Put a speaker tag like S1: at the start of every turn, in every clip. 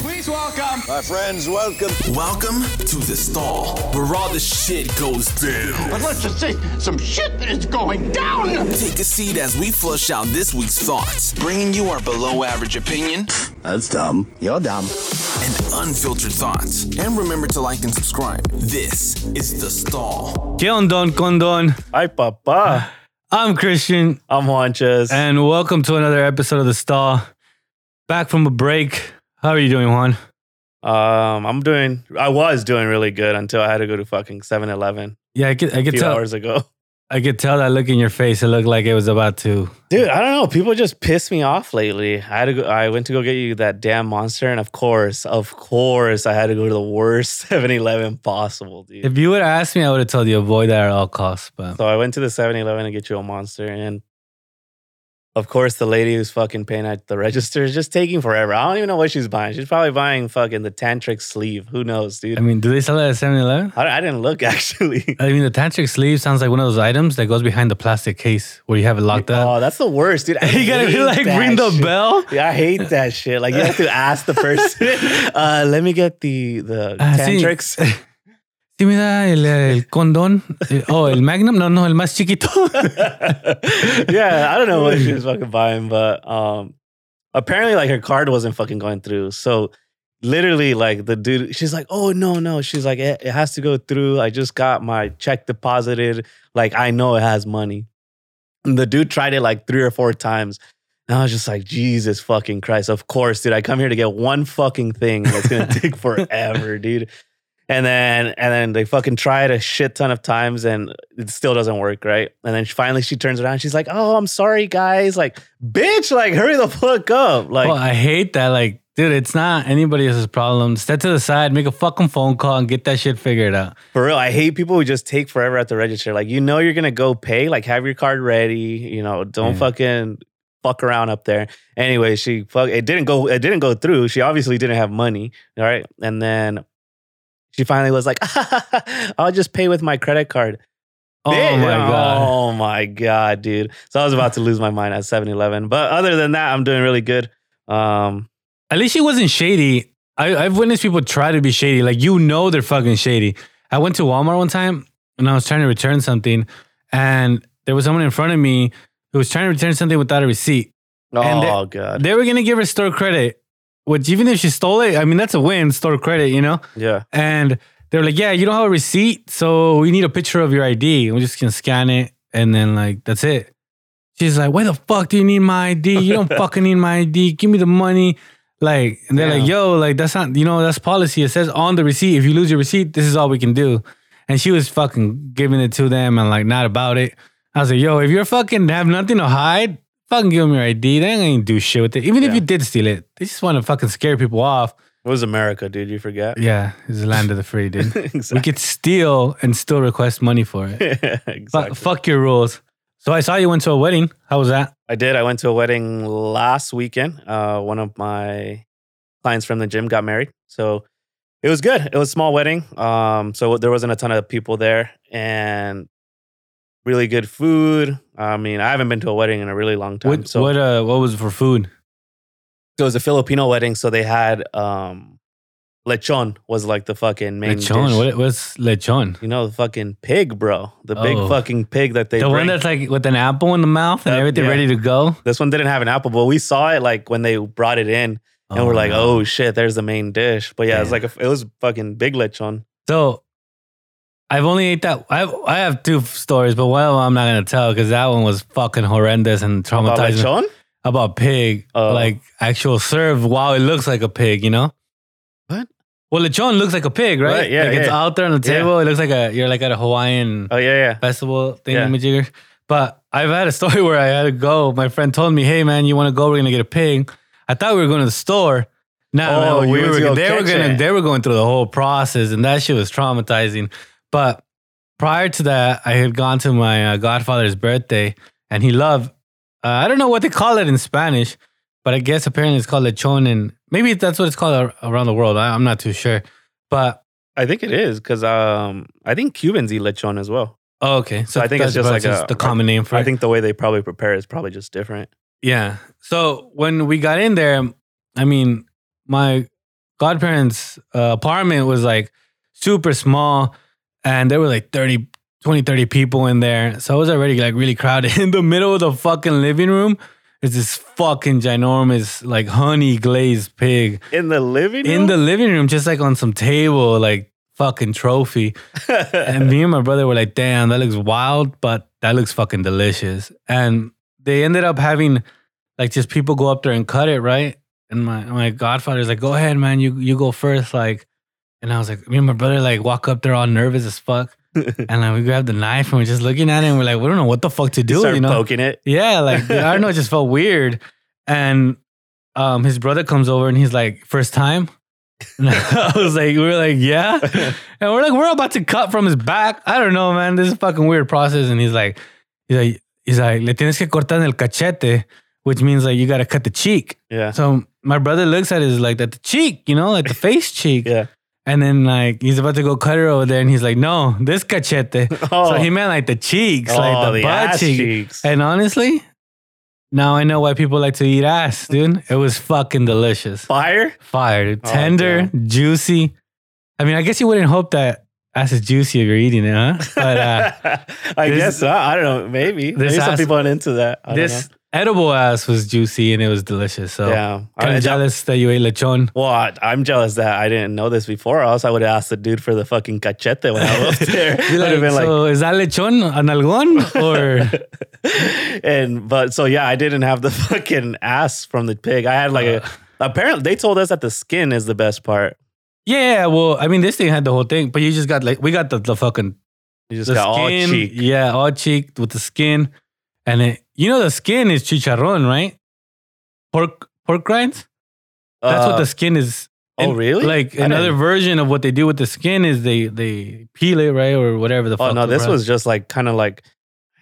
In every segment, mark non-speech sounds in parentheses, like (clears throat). S1: Please welcome.
S2: My friends, welcome.
S3: Welcome to the stall where all the shit goes down.
S4: But let's just say some shit is going down.
S3: Take a seat as we flush out this week's thoughts, bringing you our below average opinion
S2: That's dumb. You're dumb.
S3: and unfiltered thoughts. And remember to like and subscribe. This is the stall.
S5: ¿Qué ondon condon? (sighs)
S6: Hi, Papa.
S5: I'm Christian,
S6: I'm Juanches.
S5: and welcome to another episode of The Stall. Back from a break. How are you doing, Juan?
S6: um, I'm doing, I was doing really good until I had to go to fucking 7 Eleven
S5: Yeah, I could, I
S6: a
S5: could
S6: few
S5: tell.
S6: hours ago. (laughs)
S5: I could tell that look in your face. It looked like it was about to.
S6: Dude, I don't know. People just piss me off lately. I had to go, I went to go get you that damn monster, and of course, of course, I had to go to the worst (laughs) 7 Eleven possible, dude.
S5: If you would have asked me, I would have told you avoid that at all costs. But
S6: So I went to the 7 Eleven to get you a monster, and of course, the lady who's fucking paying at the register is just taking forever. I don't even know what she's buying. She's probably buying fucking the tantric sleeve. Who knows, dude?
S5: I mean, do they sell it at 7 Eleven?
S6: I, I didn't look (laughs) actually.
S5: I mean, the tantric sleeve sounds like one of those items that goes behind the plastic case where you have it locked up.
S6: Oh, that's the worst,
S5: (laughs)
S6: dude. I
S5: you gotta be
S6: hate
S5: like,
S6: that
S5: ring the
S6: shit.
S5: bell?
S6: Yeah, I hate that shit. Like you have to
S5: (laughs)
S6: ask the person. uh, let me get the the
S5: Ah, sí.
S6: tantrics.
S5: (laughs) Sí, mira, el, el condón. Eh, Oh, el magnum. No, no, el más chiquito.
S6: yeah, I don't know what
S5: (laughs)
S6: she was fucking buying, but um, apparently like her card wasn't fucking going through. So literally, like the dude, she's like, "Oh no, no," she's like, "It, it has to go through. I just got my check deposited. Like I know it has money." And the dude tried it like three or four times. And I was just like, Jesus fucking Christ. Of course, dude. I come here to get one fucking thing that's gonna take forever, dude. And then and then they fucking try it a shit ton of times and it still doesn't work, right? And then finally she turns around, she's like, Oh, I'm sorry, guys. Like, bitch, like hurry the fuck up. Like
S5: oh, I hate that. Like, dude, it's not anybody else's problem. Step to the side, make a fucking phone call, and get that shit figured out.
S6: For real, I hate people who just take forever at the register. Like, you know, you're gonna go pay. Like, have your card ready. You know, don't
S5: Yeah.
S6: fucking fuck around up there. Anyway, she fuck. It didn't go. It didn't go through. She obviously didn't have money. All right, and then she finally was like, (laughs) "I'll just pay with my credit card."
S5: Oh
S6: Bitch.
S5: my god.
S6: Oh my god, dude. So I was about to lose my mind at 7-Eleven. But other than that, I'm doing really good. Um,
S5: At least she wasn't shady. I, I've witnessed people try to be shady. Like, you know, they're fucking shady. I went to Walmart one time and I was trying to return something, and there was someone in front of me who was trying to return something without a receipt. And
S6: oh god,
S5: They were gonna give her store credit, which even if she stole it, I mean that's a win, store credit, you know.
S6: yeah.
S5: And they were like, "Yeah, you don't have a receipt, so we need a picture of your ID. We're just gonna scan it, and then like that's it." She's like, "Why the fuck do you need my ID? You don't fucking need my ID. Give me the money." Like, and they're like, "Yo, like that's not, you know, that's policy. It says on the receipt. If you lose your receipt, this is all we can do." And she was fucking giving it to them and like not about it. I was like, "Yo, if you're fucking have nothing to hide, fucking give them your ID. They ain't gonna do shit with it. Even if
S6: Yeah.
S5: you did steal it, they just want to fucking scare people off."
S6: It was America, dude. You forget.
S5: Yeah, it's the land of the free,
S6: (laughs)
S5: dude.
S6: exactly.
S5: We could steal and still request money for
S6: (laughs)
S5: it.
S6: exactly.
S5: Fuck, fuck your rules. So I saw you went to a wedding. How was that?
S6: I did. I went to a wedding last weekend. Uh, one of my clients from the gym got married, so it was good. It was a small wedding, um, so there wasn't a ton of people there, and really good food. I mean, I haven't been to a wedding in a really long time.
S5: What
S6: so
S5: what uh what was it for food?
S6: it was a Filipino wedding, so they had um, lechon was like the fucking main
S5: Lechon.
S6: dish.
S5: What what's lechon?
S6: You know, the fucking pig, bro. The big
S5: Oh.
S6: fucking pig that they
S5: The
S6: bring.
S5: one that's like with an apple in the mouth and
S6: Uh,
S5: everything
S6: yeah.
S5: ready to go.
S6: this one didn't have an apple, but we saw it like when they brought it in. and we're like, oh shit, there's the main dish. But yeah, it's like a, it was fucking big lechon.
S5: So I've only ate that. I I have two stories, but one of them I'm not gonna tell because that one was fucking horrendous and
S6: About
S5: traumatizing.
S6: lechon?
S5: about pig,
S6: Oh.
S5: like actual serve. Wow, it looks like a pig, you know?
S6: What?
S5: Well, lechon looks like a pig, right?
S6: Right, yeah,
S5: like it's
S6: yeah.
S5: out there on the
S6: Yeah.
S5: table. It looks like a you're like at a Hawaiian
S6: Oh yeah,
S5: festival thing,
S6: Yeah.
S5: majigger. But I've had a story (laughs) where I had to go. My friend told me, "Hey, man, you want to go? We're gonna get a pig." I thought we were going to the store. No,
S6: Oh,
S5: no,
S6: you
S5: we
S6: went
S5: were,
S6: to go
S5: they were
S6: catch
S5: gonna
S6: it.
S5: they were going through the whole process, and that shit was traumatizing. But prior to that, I had gone to my uh, godfather's birthday, and he loved. Uh, I don't know what they call it in Spanish, but I guess apparently it's called lechon, and maybe that's what it's called ar- around the world. I, I'm not too sure, but
S6: yeah. I think it is because um, I think Cubans eat lechon as well.
S5: oh, okay. So,
S6: I think it's
S5: that's-
S6: just like
S5: that's
S6: a-
S5: the common name for
S6: I
S5: it.
S6: think the way they probably prepare is probably just different.
S5: Yeah. So when we got in there, I mean, my godparents' uh, apartment was like super small, and there were like 30, 20, 30 people in there. So it was already like really crowded. (laughs) In the middle of the fucking living room is this fucking ginormous, like honey glazed pig
S6: in the living room.
S5: in the living room, just like on some table, like fucking trophy.
S6: (laughs)
S5: and me and my brother were like, damn, that looks wild, but that looks fucking delicious. And they ended up having like just people go up there and cut it, right? And my my godfather's like, go ahead, man, you you go first. Like, and I was like, me and my brother like walk up there all nervous as fuck. and like we grabbed the knife and we're just looking at it and we're like, we don't know what the fuck to do,
S6: Start
S5: you know?
S6: poking it.
S5: Yeah, like dude, I don't know, it just felt weird. And um, his brother comes over and he's like, first time. And (laughs) I was like, we were like,
S6: (laughs)
S5: yeah. And we're like, we're about to cut from his back. I don't know, man. This is a fucking weird process. And he's like, he's like, he's like, le tienes que cortar en el cachete, which means like you gotta cut the cheek.
S6: Yeah.
S5: So my brother looks at his like at the cheek, you know, like the
S6: (laughs)
S5: face cheek.
S6: Yeah.
S5: And then like he's about to go cut her over there, and he's like, "No, this cachete."
S6: Oh.
S5: So he meant like the cheeks, like
S6: Oh,
S5: the,
S6: the
S5: butt
S6: ass
S5: cheek.
S6: cheeks.
S5: And honestly, now I know why people like to eat ass, dude. It was fucking delicious,
S6: Fire.
S5: fire, dude.
S6: Oh,
S5: tender, juicy. I mean, I guess you wouldn't hope that ass is juicy if you're eating it,
S6: (laughs)
S5: huh? But uh,
S6: I
S5: this-
S6: guess not. I don't know. Maybe.
S5: this
S6: Maybe some
S5: ass-
S6: people aren't into that. I
S5: this
S6: Don't
S5: edible ass was juicy and it was delicious. So
S6: know. Yeah.
S5: kind
S6: I-
S5: of jealous that you ate
S6: (laughs)
S5: lechon.
S6: Well, I, I'm jealous that I didn't know this before. Or else I would have asked the dude for the fucking cachete
S5: (laughs)
S6: when I was up there.
S5: You're
S6: I'd
S5: like,
S6: have been like,
S5: so is that lechon an
S6: (laughs)
S5: algon or?
S6: and but so yeah, I didn't have the (laughs) fucking ass from the pig. I had like
S5: Uh.
S6: a. Apparently, they told us that the skin is the best part.
S5: Yeah, well, I mean, this thing had the whole thing, but you just got like we got the, the fucking
S6: You just
S5: the
S6: got
S5: skin,
S6: all cheek.
S5: yeah, all cheek with the skin, and it, you know the skin is chicharron, right? Pork pork rinds. That's what
S6: Uh,
S5: the skin is.
S6: oh,
S5: And,
S6: really?
S5: Like
S6: I
S5: another
S6: didn't-
S5: version of what they do with the skin is they they peel it right or whatever the fuck.
S6: Oh no,
S5: the
S6: this
S5: brand-
S6: was just like kind of like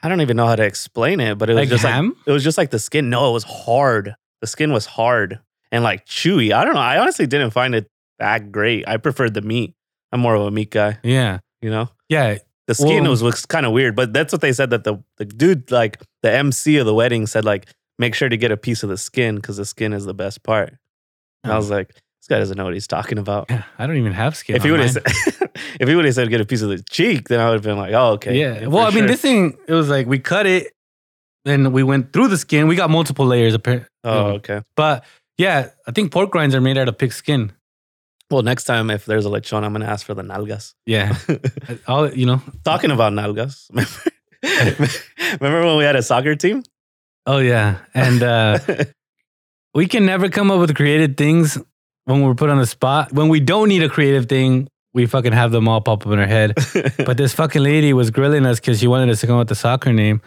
S6: I don't even know how to explain it, but it was
S5: Like
S6: just
S5: ham?
S6: like it was just like the skin. No, it was hard. The skin was hard and like chewy. I don't know. I honestly didn't find it that great. I preferred the meat. I'm more of a meat guy,
S5: yeah
S6: you know.
S5: yeah
S6: The skin
S5: Well-
S6: was was kind of weird, but that's what they said that the the dude like the MC of the wedding said like make sure to get a piece of the skin because the skin is the best part. And I
S5: Oh.
S6: was like, this guy doesn't know what he's talking
S5: (laughs)
S6: about.
S5: yeah. I don't even have skin.
S6: If he
S5: on
S6: would have
S5: mine.
S6: said, (laughs) if he would have said get a piece of the cheek, then I would have been like, oh okay.
S5: Yeah. Well, I
S6: for
S5: mean,
S6: sure.
S5: this thing, it was like we cut it, then we went through the skin. We got multiple layers, apparently.
S6: Oh, okay.
S5: But yeah, I think pork rinds are made out of pig skin.
S6: Well, next time if there's a lechon, I'm gonna ask for the nalgas.
S5: Yeah. All you know.
S6: Talking about nalgas, (laughs) remember, (laughs) remember when we had a soccer team? (laughs)
S5: Oh yeah. And uh we can never come up with creative things when we're put on the spot. When we don't need a creative thing, we fucking have them all pop up in our
S6: (laughs)
S5: head. but this fucking lady was grilling us because she wanted us to come up with the soccer name.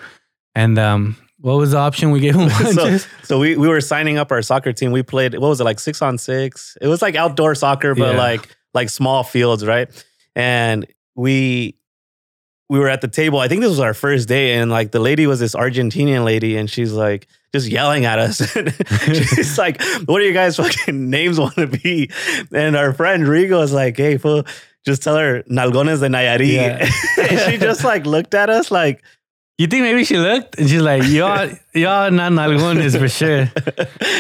S5: And um what was the option
S6: (laughs)
S5: we gave him?
S6: so, so we, we were signing up our soccer team. We played what was it like six on six? It was like outdoor soccer, but
S5: Yeah.
S6: like like small fields, right? And we we were at the table. I think this was our first day, and like the lady was this Argentinian lady, and she's like just yelling at us. (laughs)
S5: (laughs)
S6: she's like, "What do you guys fucking (laughs) names want to be?" And our friend Rigo is like, "Hey, fool, just tell her Nalgones de Nayarit."
S5: Yeah.
S6: (laughs) and she just like looked at us like.
S5: you think maybe she looked and she's like, Y'all y'all not nalgones for sure.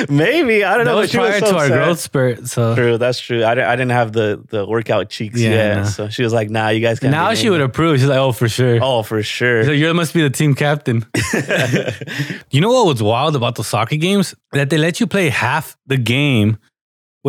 S6: Maybe (laughs) I
S5: That
S6: don't know. but
S5: was
S6: she was
S5: prior
S6: so
S5: to our
S6: upset.
S5: growth spurt. So
S6: True, that's true. I didn't, I didn't have the the workout cheeks
S5: Yeah,
S6: yeah,
S5: no.
S6: So she was like, "Nah, you guys can't."
S5: now
S6: be
S5: she
S6: named
S5: would
S6: that."
S5: approve. She's like, Oh for sure.
S6: Oh, for
S5: So
S6: sure.
S5: you must be the team
S6: (laughs)
S5: captain. you know what was wild about the soccer games? That they let you play half the game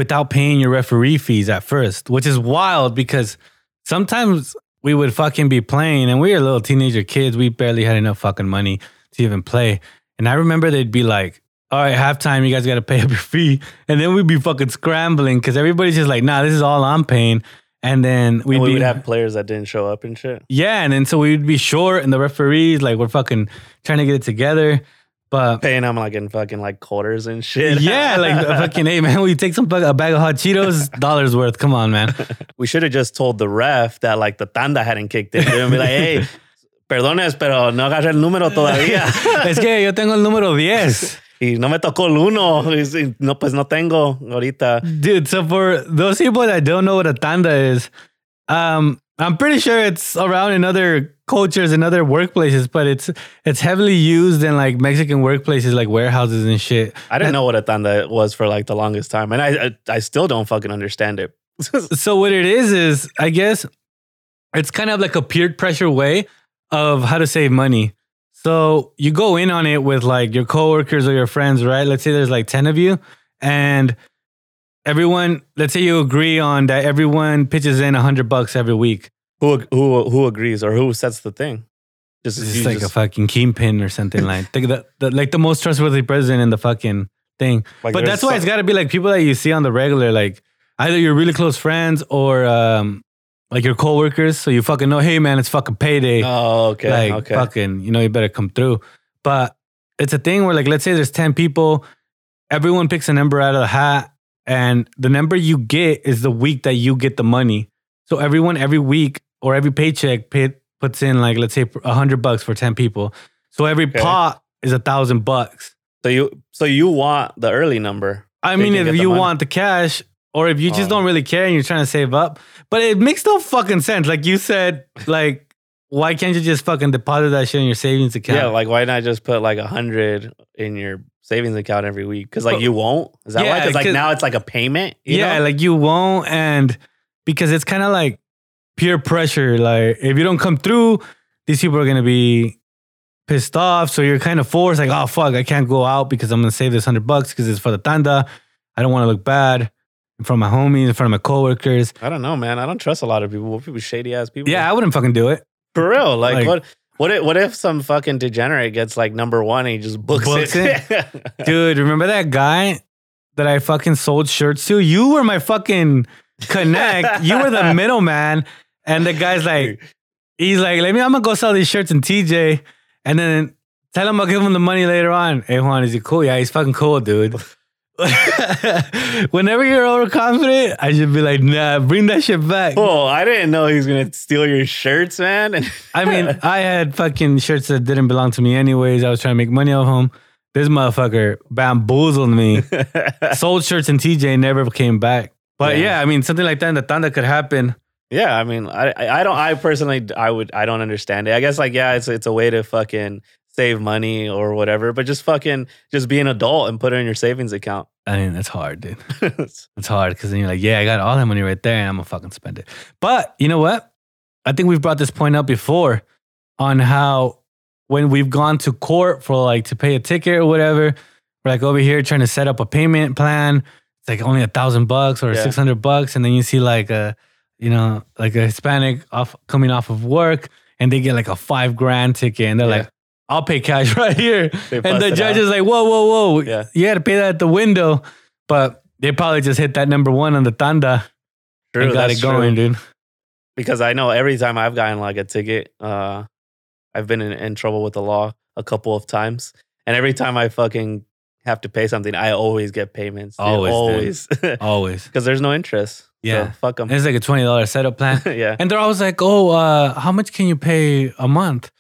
S5: without paying your referee fees at first, which is wild because sometimes we would fucking be playing and we were little teenager kids. We barely had enough fucking money to even play. And I remember they'd be like, all right, halftime, you guys got to pay up your fee. And then we'd be fucking scrambling because everybody's just like, nah, this is all I'm paying. And then we'd
S6: And we
S5: be,
S6: would have players that didn't show up and shit.
S5: yeah, and then so we'd be short, and the referees like we're fucking trying to get it together, but
S6: (laughs) Paying them like in fucking like quarters and shit.
S5: yeah,
S6: (laughs)
S5: like fucking hey man, we take some fuck- a bag of hot Cheetos, (laughs) dollars worth. Come on, man.
S6: we should have just told the ref that like the tanda hadn't kicked in. And be
S5: (laughs)
S6: like, "Hey, perdones, pero no agarré el número todavía.
S5: es que yo tengo el número 10.
S6: y no me tocó el uno. Y si- No, pues no tengo ahorita.
S5: dude. So for those people that don't know what a tanda is, um, I'm pretty sure it's around in other cultures and other workplaces, but it's it's heavily used in like Mexican workplaces, like warehouses and shit.
S6: I didn't know what a tanda was for like the longest time, and I I, I still don't fucking understand it. (laughs)
S5: So what it is is, I guess, it's kind of like a peer pressure way of how to save money. So you go in on it with like your coworkers or your friends, right? Let's say there's like ten of you, and everyone. Let's say you agree on that everyone pitches in hundred bucks every week.
S6: Who who who agrees or who sets the thing? Just,
S5: It's
S6: you
S5: just like a
S6: just-
S5: fucking kingpin or something like think the, the like the most trustworthy person in the fucking thing.
S6: Like
S5: but
S6: there's
S5: that's why it's
S6: some-
S5: got to be like people that you see on the regular, like either you're really close friends or um like your coworkers, so you fucking know, hey man, it's fucking payday.
S6: Oh, okay,
S5: like
S6: okay.
S5: fucking, you know, you better come through. But it's a thing where like let's say there's ten people, everyone picks a number out of the hat, and the number you get is the week that you get the money. So everyone every week or every paycheck pay, puts in like let's say a hundred bucks for ten people. So every
S6: Okay.
S5: pot is a thousand bucks.
S6: So you so you want the early number?
S5: I
S6: They
S5: mean,
S6: can
S5: if
S6: get the
S5: you
S6: money.
S5: want the cash, or if you just
S6: Oh.
S5: don't really care and you're trying to save up, but it makes no fucking sense. Like you said, like why can't you just fucking deposit that shit in your savings account?
S6: Yeah, like why not just put like a hundred in your savings account every week? Because like
S5: But-
S6: you won't. Is that why?
S5: Yeah,
S6: Because like
S5: 'cause-
S6: now it's like a payment. you
S5: yeah,
S6: know?
S5: like you won't, and because it's kind of like peer pressure. Like if you don't come through, these people are gonna be pissed off. So you're kind of forced, like, oh fuck, I can't go out because I'm gonna save this hundred bucks because it's for the tanda. I don't want to look bad in front of my homies, in front of my coworkers.
S6: I don't know, man. I don't trust a lot of people. What people shady ass people.
S5: Yeah, I wouldn't fucking do it.
S6: for real. Like,
S5: Like-
S6: what? What if, what if some fucking degenerate gets like number one and he just books,
S5: Books
S6: it? (laughs)
S5: Dude, remember that guy that I fucking sold shirts to? You were my fucking connect. you were the middleman. And the guy's like, he's like, let me, I'm gonna go sell these shirts in TJ. And then tell him I'll give him the money later on. Hey, Juan, is he cool? Yeah, he's fucking cool, dude. (laughs) Whenever you're overconfident, I should be like, nah, bring that shit back.
S6: Whoa, I didn't know he was gonna steal your shirts, man. (laughs) And
S5: I mean, I had fucking shirts that didn't belong to me anyways. I was trying to make money off them. This motherfucker bamboozled me. Sold shirts and TJ never came back. But
S6: Yeah.
S5: yeah, I mean, something like that in the Thunder could happen.
S6: Yeah, I mean, I, I I don't. I personally, I would. I don't understand it. I guess like, yeah, it's it's a way to fucking save money or whatever, but just fucking just be an adult and put it in your savings account. (laughs)
S5: I mean, that's hard, dude. It's hard because then you're like, yeah, I got all that money right there and I'm going to fucking spend it. But you know what? I think we've brought this point up before on how when we've gone to court for like to pay a ticket or whatever, we're like over here trying to set up a payment plan. It's like only a thousand bucks or
S6: Yeah.
S5: 600 bucks. And then you see like a, you know, like a Hispanic off coming off of work and they get like a five grand ticket and they're
S6: Yeah.
S5: like, I'll pay cash (laughs) right here.
S6: They
S5: and
S6: bust
S5: the
S6: it
S5: judge
S6: out.
S5: is like, whoa, whoa, whoa.
S6: Yeah.
S5: You had to pay that at the window. But they probably just hit that number one on the tanda
S6: True,
S5: and got
S6: that's
S5: it going,
S6: true.
S5: dude.
S6: Because I know every time I've gotten like a ticket, uh, I've been in, in trouble with the law a couple of times, and every time I fucking have to pay something, I always get payments. dude.
S5: Always,
S6: always, (laughs) because
S5: Always.
S6: there's no interest. So
S5: Yeah.
S6: fuck them.
S5: It's like a twenty dollar setup
S6: (laughs)
S5: plan,
S6: yeah.
S5: and they're always like, "Oh, uh, how much can you pay a month?"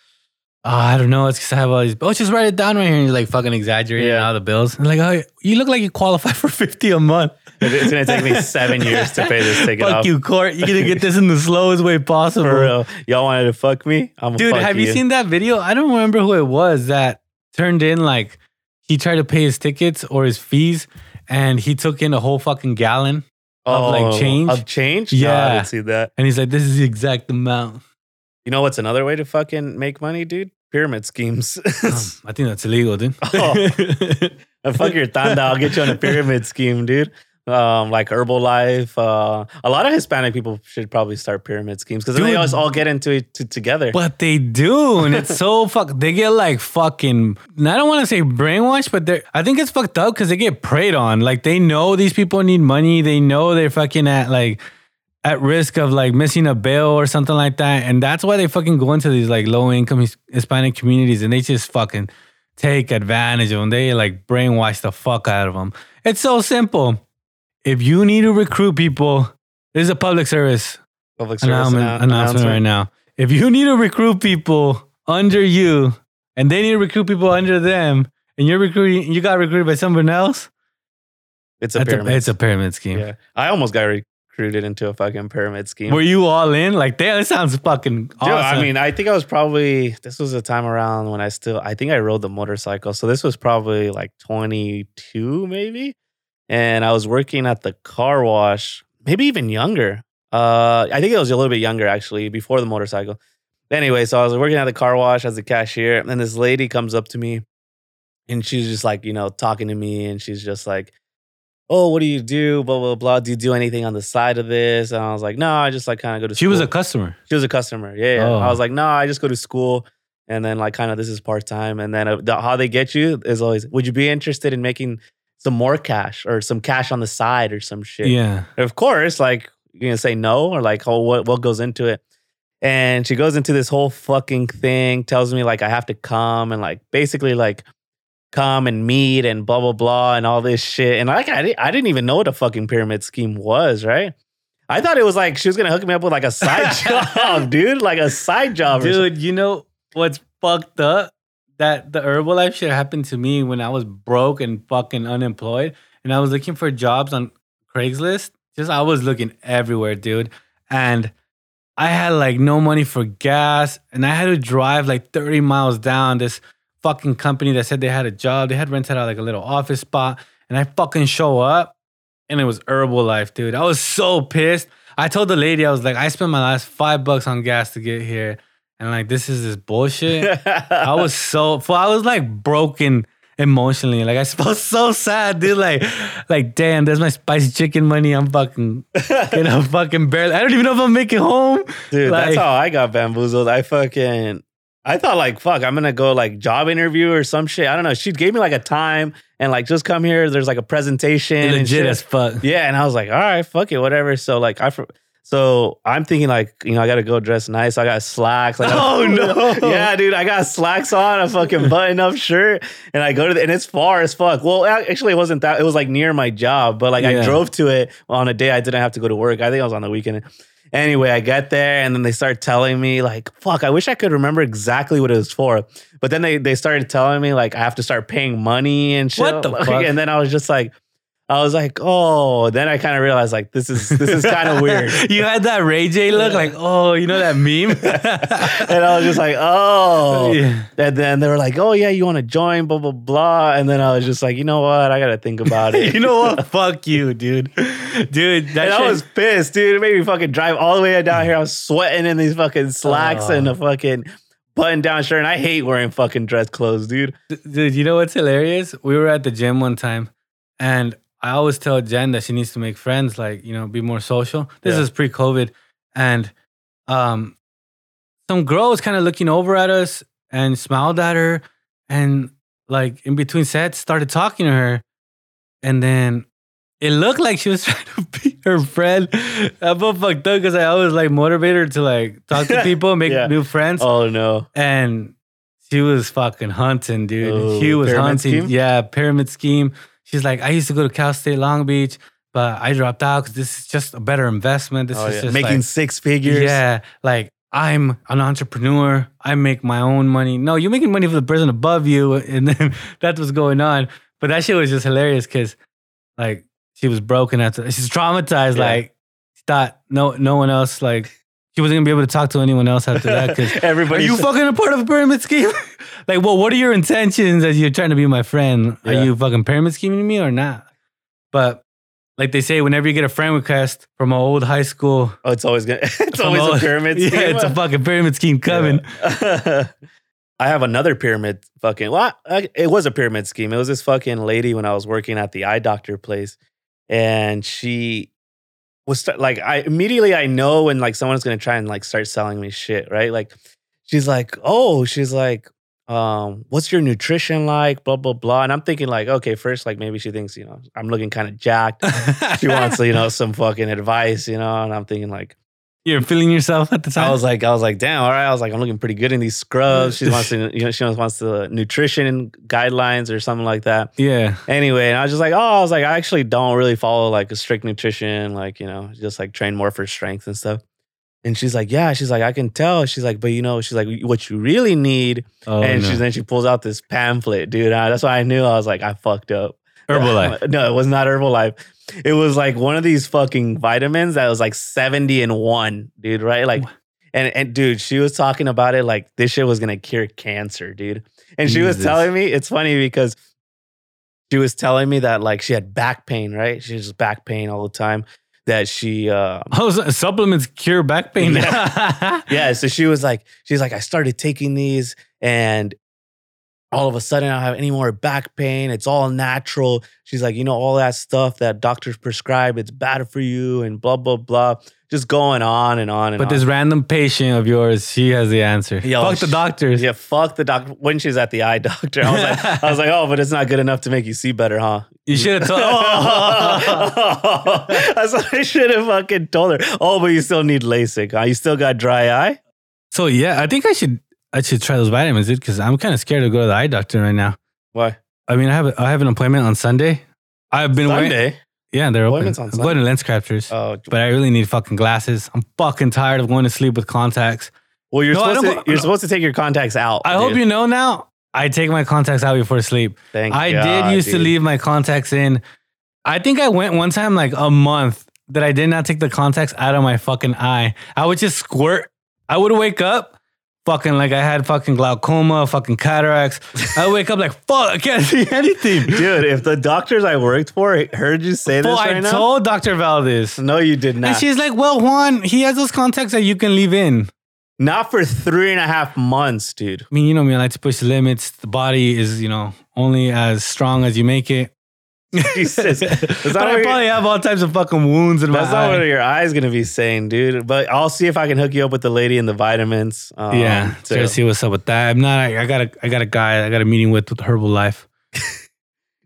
S5: "Uh, I don't know. It's because I have all these. Oh, just write it down right here. And you're like fucking exaggerating
S6: Yeah.
S5: all the bills. And like, oh, you look like you qualify (laughs) for fifty a month.
S6: It's gonna take me seven years to
S5: (laughs)
S6: pay this ticket
S5: Fuck
S6: off.
S5: you, court. You're gonna get this in the slowest way possible.
S6: For real. Y'all wanted to fuck me? I'm
S5: Dude, have you. seen that video? I don't remember who it was that turned in like he tried to pay his tickets or his fees, and he took in a whole fucking gallon, of, like, change?
S6: Oh, Of change? No, I
S5: Yeah.
S6: didn't see that.
S5: and he's like, "This is the exact
S6: (laughs)
S5: amount."
S6: You know what's another way to fucking make money, dude? Pyramid schemes. (laughs)
S5: Um, I think that's illegal, dude.
S6: Oh.
S5: (laughs)
S6: And fuck your tanda. I'll get you on a pyramid scheme, dude. Um, like Herbalife. Uh, a lot of Hispanic people should probably start pyramid schemes because then they
S5: Dude.
S6: always all get into it to, together.
S5: But they do, and it's so fuck. They get like fucking. and I don't want to say brainwashed, but they are I think it's fucked up because they get preyed on. Like they know these people need money. They know they're fucking at like at risk of like missing a bill or something like that, and that's why they fucking go into these like low income Hispanic communities, and they just fucking take advantage of them. They like brainwash the fuck out of them. It's so simple. If you need to recruit people, this is a public service
S6: Public service
S5: announcement,
S6: annou-
S5: announcement, right now. If you need to recruit people under you, and they need to recruit people under them, and you're recruiting, you got recruited by someone else.
S6: It's a
S5: that's
S6: pyramid.
S5: (laughs) a, it's a pyramid scheme.
S6: yeah. I almost got re- recruited into a fucking pyramid scheme.
S5: Were you all in? Like, damn, that sounds fucking awesome.
S6: Dude, I mean, I think I was probably this was a time around when I still I think I rode the motorcycle. So this was probably like 22 maybe. And I was working at the car wash, maybe even younger. Uh I think it was a little bit younger actually before the motorcycle. Anyway, so I was working at the car wash as a cashier and this lady comes up to me and she's just like, you know, talking to me and she's just like Oh, what do you do? Blah blah blah. Do you do anything on the side of this? And I was like, no, I just like kind of go to.
S5: she was
S6: school."
S5: a customer.
S6: She was a customer. Yeah. yeah.
S5: Oh.
S6: I was like, no, I just go to school. And then, like, kind of this is part time. And then uh, the, how they get you is always, would you be interested in making some more cash or some cash on the side or some shit?
S5: Yeah.
S6: Of course, like, you're going to say no or like, oh, what, what goes into it? And she goes into this whole fucking thing, tells me, like, I have to come and, like, basically, like, come and meet and blah, blah, blah, and all this shit. And, like, I, di- I didn't even know what a fucking pyramid scheme was, right? I thought it was like she was gonna hook me up with like a side job, dude, like a side job. or something.
S5: Dude, you know what's fucked up? That the Herbalife shit happened to me when I was broke and fucking unemployed. And I was looking for jobs on Craigslist. Just I was looking everywhere, dude. And I had like no money for gas. And I had to drive like 30 miles down this fucking company that said they had a job. They had rented out like a little office spot. And I fucking show up and it was Herbalife, dude. I was so pissed. I told the lady, I was like, I spent my last five bucks on gas to get here. And like, this is this bullshit. I
S6: (laughs)
S5: was so, fu- I was like broken emotionally. Like, I (laughs) felt so sad, dude. Like, like, damn, there's my spicy chicken money. I'm fucking, you
S6: (laughs)
S5: know, fucking barely, I don't even know if I'm making home.
S6: dude, that's
S5: like-
S6: how I got bamboozled. I fucking, I thought like, fuck, I'm gonna go like job interview or some shit. I don't know. She gave me like a time and like just come here. There's like a presentation. and
S5: Legit
S6: shit.
S5: as fuck.
S6: (laughs) Yeah, and I was like, all right, fuck it, whatever. So like, I fr- so I'm thinking like, you know, I gotta go dress nice. I got slacks. Like,
S5: (laughs) Oh, no.
S6: (laughs) yeah, dude, I got slacks on, a fucking button up shirt, and I go to the and it's far as fuck. Well, ac- actually, it wasn't that. It was like near my job, but like I
S5: Yeah.
S6: drove to it on a day I didn't have to go to work. I think I was on the weekend. Anyway, I get there and then they start telling me like, fuck, I wish I could remember exactly what it was for. But then they they started telling me like I have to start paying money and shit.
S5: What the
S6: (laughs) Like,
S5: fuck?
S6: And then I was just like, I was like, oh. Then I kind of realized like this is this is
S5: (laughs)
S6: kind of weird.
S5: you had that Ray J look, like, oh, you know that
S6: (laughs)
S5: meme? (laughs)
S6: And I was just like, oh.
S5: Yeah.
S6: And then they were like, oh yeah, you want to join, blah blah blah. And then I was just like, you know what? I gotta
S5: (laughs)
S6: think about it.
S5: you know what? Fuck you, dude. Dude, that shit-
S6: And I was pissed, dude. It made me fucking drive all the way down here. I was sweating in these fucking slacks
S5: Oh.
S6: and a fucking button down shirt. And I hate wearing fucking dress clothes, dude.
S5: Dude, you know what's hilarious? We were at the gym one time, and I always tell Jen that she needs to make friends, like you know, be more social. This
S6: Yeah.
S5: is pre-COVID, and um, some girl was kind of looking over at us and smiled at her, and like in between sets, started talking to her, and then it looked like she was (laughs) trying to be her friend. (laughs) I'm all fucked up because I always like motivate her to like talk
S6: (laughs)
S5: to people, make
S6: Yeah.
S5: new friends
S6: Oh no.
S5: and she was fucking hunting, dude.
S6: Oh,
S5: she was
S6: pyramid
S5: hunting.
S6: scheme?
S5: Yeah, pyramid scheme. She's like, I used to go to Cal State Long Beach, but I dropped out because this is just a better investment. This
S6: Oh,
S5: is
S6: yeah.
S5: just
S6: Making
S5: like,
S6: six figures.
S5: yeah, like I'm an entrepreneur. I make my own money. No, you're making money for the person above you, (laughs) and then that's what's going on. But that shit was just hilarious because, like, she was broken after. She's traumatized.
S6: Yeah.
S5: Like, she thought no, no one else. Like, she wasn't gonna be able to talk to anyone else after that because are
S6: (laughs) Everybody
S5: you fucking a part of a pyramid
S6: (laughs)
S5: scheme? like, well, what are your intentions as you're trying to be my friend?
S6: Yeah.
S5: Are you fucking pyramid scheming me or not? But like they say, whenever you get a friend request from an old high school,
S6: Oh, it's always gonna. (laughs) It's
S5: from
S6: always
S5: old-
S6: a
S5: (laughs)
S6: pyramid.
S5: Yeah,
S6: scheme.
S5: it's a fucking pyramid scheme coming.
S6: Yeah. (laughs) I have another pyramid fucking. Well, I, it was a pyramid scheme. It was this fucking lady when I was working at the eye doctor place, and she was st- like, I immediately I know when like someone's gonna try and like start selling me shit, right? Like, she's like, oh, she's like, um, what's your nutrition like? Blah blah blah. And I'm thinking like, okay, first like maybe she thinks you know I'm looking kind of jacked.
S5: (laughs)
S6: She wants you know some fucking advice, you know, and I'm thinking like.
S5: You're feeling yourself at the time.
S6: I was like, I was like, damn, all right. I was like, I'm looking pretty good in these scrubs. She wants to, you know, she wants the nutrition guidelines or something like that.
S5: yeah.
S6: Anyway, and I was just like, oh, I was like, I actually don't really follow like a strict nutrition, like you know, just like train more for strength and stuff. And she's like, yeah, she's like, I can tell. She's like, but you know, she's like, what you really need.
S5: Oh,
S6: and
S5: no.
S6: she's then she pulls out this pamphlet, dude. I, that's why I knew I was like, I fucked up.
S5: Herbalife.
S6: (laughs) No, it was not Herbalife. It was like one of these fucking vitamins that was like 70 and one, dude, right? Like, and, and dude, she was talking about it like this shit was gonna cure cancer, dude. And she was
S5: Jesus.
S6: telling me, it's funny because she was telling me that like she had back pain, right? She was just back pain all the time. That she, uh,
S5: Oh, so- supplements cure back pain. (laughs)
S6: yeah. So she was like, she's like, I started taking these and all of a sudden I don't have any more back pain. It's all natural. She's like, you know, all that stuff that doctors prescribe, it's bad for you and blah, blah, blah. Just going on and on and
S5: But
S6: on.
S5: this random patient of yours, she has the answer.
S6: Yo,
S5: Fuck the
S6: sh-
S5: doctors.
S6: Yeah, fuck the doctor. When she's at the eye doctor, I
S5: (laughs)
S6: was like, I was like, oh, but it's not good enough to make you see better, huh?
S5: You should
S6: (laughs)
S5: have told.
S6: Oh, That's what I should have fucking told her. Oh, but you still need LASIK. Huh? You still got dry eye.
S5: So yeah, I think I should I should try those vitamins, dude, because I'm kind of scared to go to the eye doctor right now.
S6: Why?
S5: I mean, I have a, I have an appointment on Sunday. I've been waiting.
S6: Sunday.
S5: Yeah, they're open.
S6: Appointments on
S5: I'm going to lens crafters,
S6: Oh,
S5: but I really need fucking glasses. I'm fucking tired of going to sleep with contacts.
S6: well, you're
S5: No, I
S6: supposed
S5: don't
S6: to.
S5: go-
S6: You're supposed to take your contacts out.
S5: I hope you know now. I take my contacts out before sleep.
S6: Thank
S5: I
S6: God,
S5: did used to
S6: dude.
S5: leave my contacts in. I think I went one time like a month that I did not take the contacts out of my fucking eye. I would just squirt. I would wake up fucking like I had fucking glaucoma, fucking cataracts. I would wake up like fuck, I can't
S6: (laughs)
S5: see anything.
S6: (laughs) dude. If the doctors I worked for heard you say
S5: Well,
S6: this right
S5: I
S6: now,
S5: told Dr. Valdez.
S6: no, you did
S5: And
S6: not.
S5: she's like, well, Juan, he has those contacts that you can leave in.
S6: Not for three and a half months,
S5: (laughs)
S6: dude.
S5: I mean, you know me, I like to push the limits. The body is, you know, only as strong as you make it.
S6: Jesus, that's
S5: But
S6: not what
S5: I
S6: your-
S5: probably have all types of fucking wounds in my
S6: That's not
S5: eye.
S6: what your eye's gonna be saying, dude. But I'll see if I can hook you up with the lady and the vitamins. Um,
S5: yeah,
S6: too.
S5: try to see what's up with that. I'm not. I, I got a. I got a guy. I got a meeting with with Herbalife.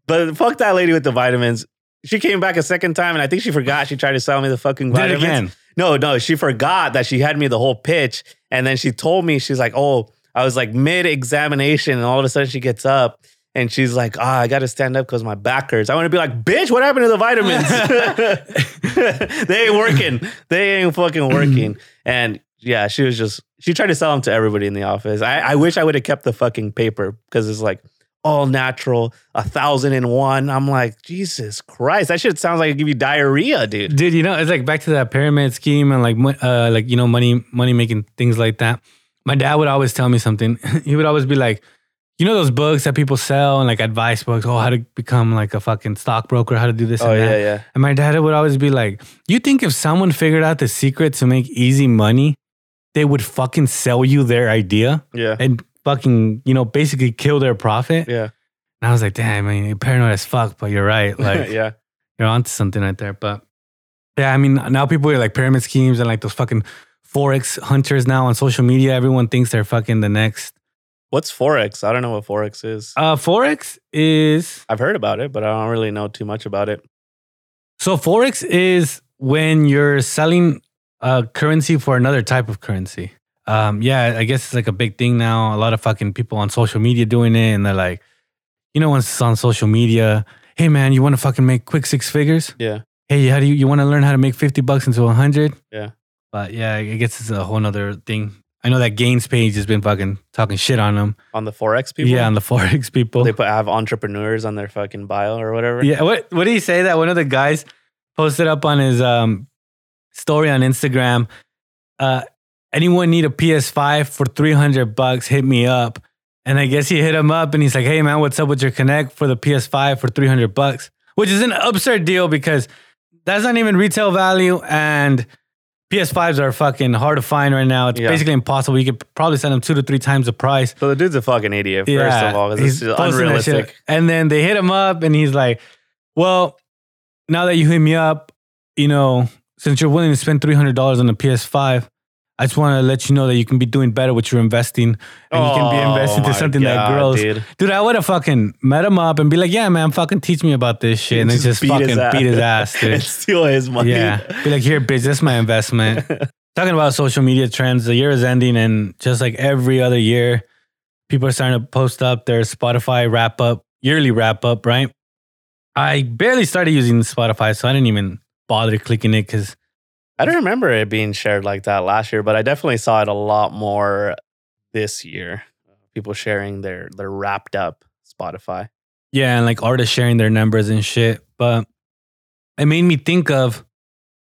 S6: But fuck that lady with the vitamins. She came back a second time, and I think she forgot she tried to sell me the fucking
S5: Did it
S6: vitamins.
S5: again.
S6: No, no, she forgot that she had me the whole pitch, and then she told me she's like, "Oh, I was like mid examination, and all of a sudden she gets up." And she's like, ah, I gotta stand up because my back hurts. I wanna be like, bitch, what happened to the (laughs) vitamins? they ain't working. They ain't fucking (clears throat) working. And yeah, she was just, she tried to sell them to everybody in the office. I, I wish I would have kept the fucking paper because it's like all natural, a thousand and one. I'm like, Jesus Christ, that shit sounds like it give you diarrhea, dude.
S5: Dude, you know, it's like back to that pyramid scheme and like, mon- uh, like you know, money, money making things like that. My dad would always tell me something. (laughs) he would always be like, you know, those books that people sell and like advice books. Oh, how to become like a fucking stockbroker, how to do this.
S6: Oh,
S5: and that.
S6: (laughs) yeah, yeah.
S5: And my dad would always be like, You think if someone figured out the secret to make easy money, they would fucking sell you their idea
S6: Yeah.
S5: and fucking, you know, basically kill their profit?
S6: Yeah.
S5: And I was like, Damn, I mean, you're paranoid as fuck, but you're
S6: (laughs)
S5: right. Like,
S6: yeah.
S5: you're onto something right there. But yeah, I mean, now people are like pyramid schemes and like those fucking Forex hunters now on social media. Everyone thinks they're fucking the next.
S6: What's Forex? I don't know what Forex is.
S5: Uh, Forex is.
S6: I've heard about it, but I don't really know too much about it.
S5: So forex is when you're selling a currency for another type of currency. Um, yeah, I guess it's like a big thing now. A lot of fucking people on social media doing it, and they're like, you know, once it's on social media, hey man, you want to fucking make quick six figures?
S6: Yeah.
S5: Hey, how do you you want to learn how to make fifty bucks into a hundred?
S6: Yeah.
S5: But yeah, I guess it's a whole nother thing. I know that gains page has been fucking talking shit on them.
S6: On the Forex people?
S5: Yeah, on the (laughs) forex people.
S6: They put have entrepreneurs on their fucking bio or whatever.
S5: Yeah. What What did he say? That one of the guys posted up on his um story on Instagram. Uh, anyone need a PS5 for three hundred bucks? Hit me up. And I guess he hit him up and he's like, "Hey man, what's up with your Connect for the PS5 for three hundred bucks?" Which is an absurd deal because that's not even retail value and. PS5s are fucking hard to find right now. It's
S6: Yeah.
S5: basically impossible. You could probably send them two to three times the price.
S6: So the dude's a fucking idiot, first of all, because
S5: he's
S6: it's just
S5: posting that shit.
S6: unrealistic.
S5: And then they hit him up, and he's like, "Well, now that you hit me up, you know, since you're willing to spend three hundred dollars on a PS5." I just want to let you know that you can be doing better with your investing, and you can be
S6: Oh
S5: invested to
S6: my
S5: something that
S6: God,
S5: grows.
S6: dude.
S5: Dude, I would have fucking met him up and be like, "Yeah, man, fucking teach me about this shit," and then just, fucking beat his
S6: (laughs)
S5: ass, dude.
S6: and steal his money.
S5: Yeah. Be like, here, bitch, that's my investment. Talking about social media trends, the year is ending, and just like every other year, people are starting to post up their Spotify wrap up, yearly wrap up, right? I barely started using Spotify, so I didn't even bother clicking it because
S6: I don't remember it being shared like that last year, but I definitely saw it a lot more this year. People sharing their their wrapped up Spotify. (laughs)
S5: Yeah, and like artists sharing their numbers and shit. But it made me think of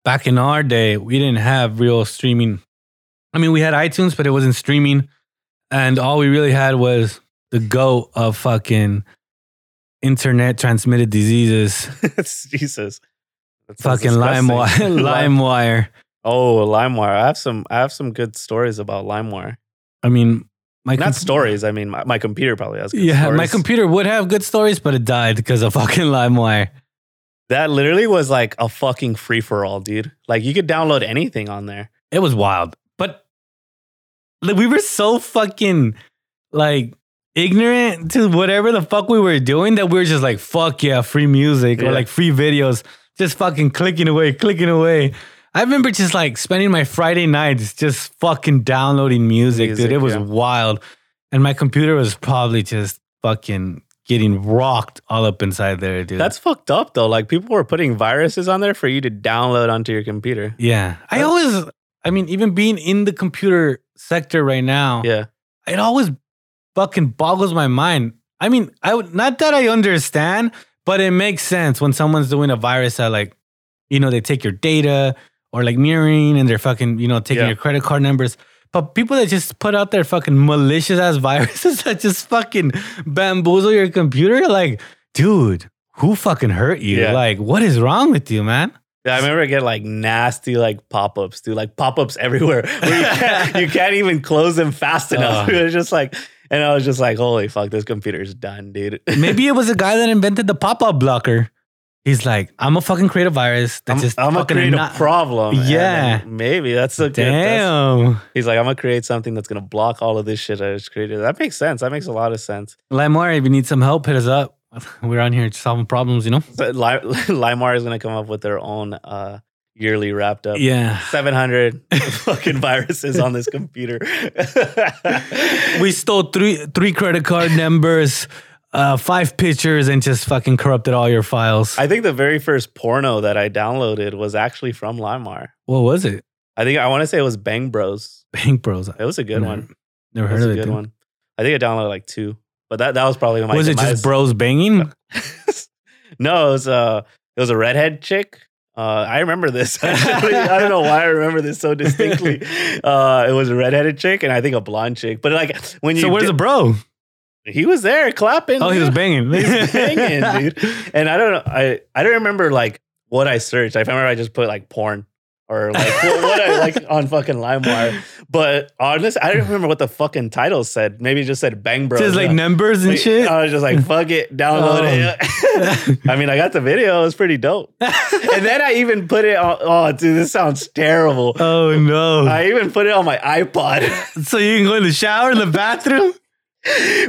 S5: back in our day, we didn't have real streaming. I mean, we had iTunes, but it wasn't streaming. And all we really had was the goat of fucking internet transmitted diseases,
S6: Jesus. That sounds
S5: fucking LimeWire. (laughs)
S6: (laughs) disgusting.
S5: LimeWire.
S6: Oh, LimeWire. I have some. I have some good stories about LimeWire.
S5: I mean, my
S6: Not
S5: comp-
S6: stories. I mean, my, my computer probably has. Good
S5: Yeah, my
S6: stories.
S5: computer would have good stories, but it died because of fucking LimeWire.
S6: That literally was like a fucking free for all, dude. Like you could download anything on there.
S5: It was wild. But like, we were so fucking like ignorant to whatever the fuck we were doing that we were just like, fuck yeah, free music
S6: Yeah.
S5: or like free videos, just fucking clicking away, clicking away. I remember just like spending my Friday nights just fucking downloading music,
S6: Music,
S5: dude. It was
S6: yeah.
S5: wild. And my computer was probably just fucking getting rocked all up inside there, dude.
S6: That's fucked up though. Like people were putting viruses on there for you to download onto your computer.
S5: Yeah. I
S6: Uh,
S5: always, I mean, even being in the computer sector right now,
S6: Yeah.
S5: it always fucking boggles my mind. I mean, I would not that I understand, but it makes sense when someone's doing a virus that, like, you know, they take your data or like mirroring and they're fucking, you know, taking
S6: Yeah.
S5: your credit card numbers. But people that just put out their fucking malicious ass (laughs) viruses that just fucking bamboozle your computer, like, dude, who fucking hurt you?
S6: Yeah.
S5: Like, what is wrong with you, man?
S6: Yeah, I remember I get like nasty like pop ups, dude. Like pop ups (laughs) everywhere. Where you, can't, you can't even close them fast enough. (laughs)
S5: Oh.
S6: It was just like, and I was just like, holy fuck, this computer's done, dude. (laughs)
S5: Maybe it was a guy that invented the pop-up blocker. He's like, I'm a fucking create a virus that
S6: I'm,
S5: just
S6: I'm gonna
S5: fucking
S6: create
S5: anni-
S6: a problem. and
S5: Yeah.
S6: then maybe that's a good. that's-
S5: Damn,
S6: He's like, I'm gonna create something that's gonna block all of this shit I just created. That makes sense. That makes a lot of sense.
S5: Lamar, if you need some help, hit us up. (laughs) We're on here solving problems, you know.
S6: So Li- (laughs) Limar is gonna come up with their own uh, yearly wrapped up.
S5: Yeah, (laughs)
S6: 700 fucking viruses on this computer.
S5: we stole three three credit card (laughs) numbers, uh, five pictures, and just fucking corrupted all your files.
S6: (laughs) I think the very first porno that I downloaded was actually from Limar.
S5: what was it?
S6: I think I want to say it was Bang Bros.
S5: Bank Bros.
S6: It was a good
S5: No,
S6: one.
S5: Never
S6: It
S5: heard
S6: was
S5: of
S6: a
S5: it.
S6: good
S5: dude.
S6: one. I think I downloaded like two, but that, that was probably my
S5: was it
S6: demise.
S5: just bros banging?
S6: no, it was uh it was a redhead chick. Uh, I remember this. (laughs) Actually. I don't know why I remember this so
S5: (laughs)
S6: distinctly. Uh, it was a redheaded chick and I think a blonde chick. But like when you
S5: So where's
S6: di-
S5: the bro?
S6: he was there clapping.
S5: Oh, he was
S6: dude.
S5: banging. (laughs)
S6: He's banging, dude. And I don't know. I I don't remember like what I searched. I remember I just put like porn or like what, what
S5: (laughs)
S6: I like on fucking LimeWire. But honestly, I don't remember what the fucking title said. Maybe it just said Bang Bros.
S5: Just like numbers and
S6: Like,
S5: shit. Oh.
S6: I was just like, fuck it, download it. (laughs) I mean, I got the video. It was pretty dope.
S5: (laughs)
S6: and then I even put it on. Oh, dude, this sounds terrible.
S5: oh no.
S6: I even put it on my iPod.
S5: So you can go in the shower, in the bathroom (laughs)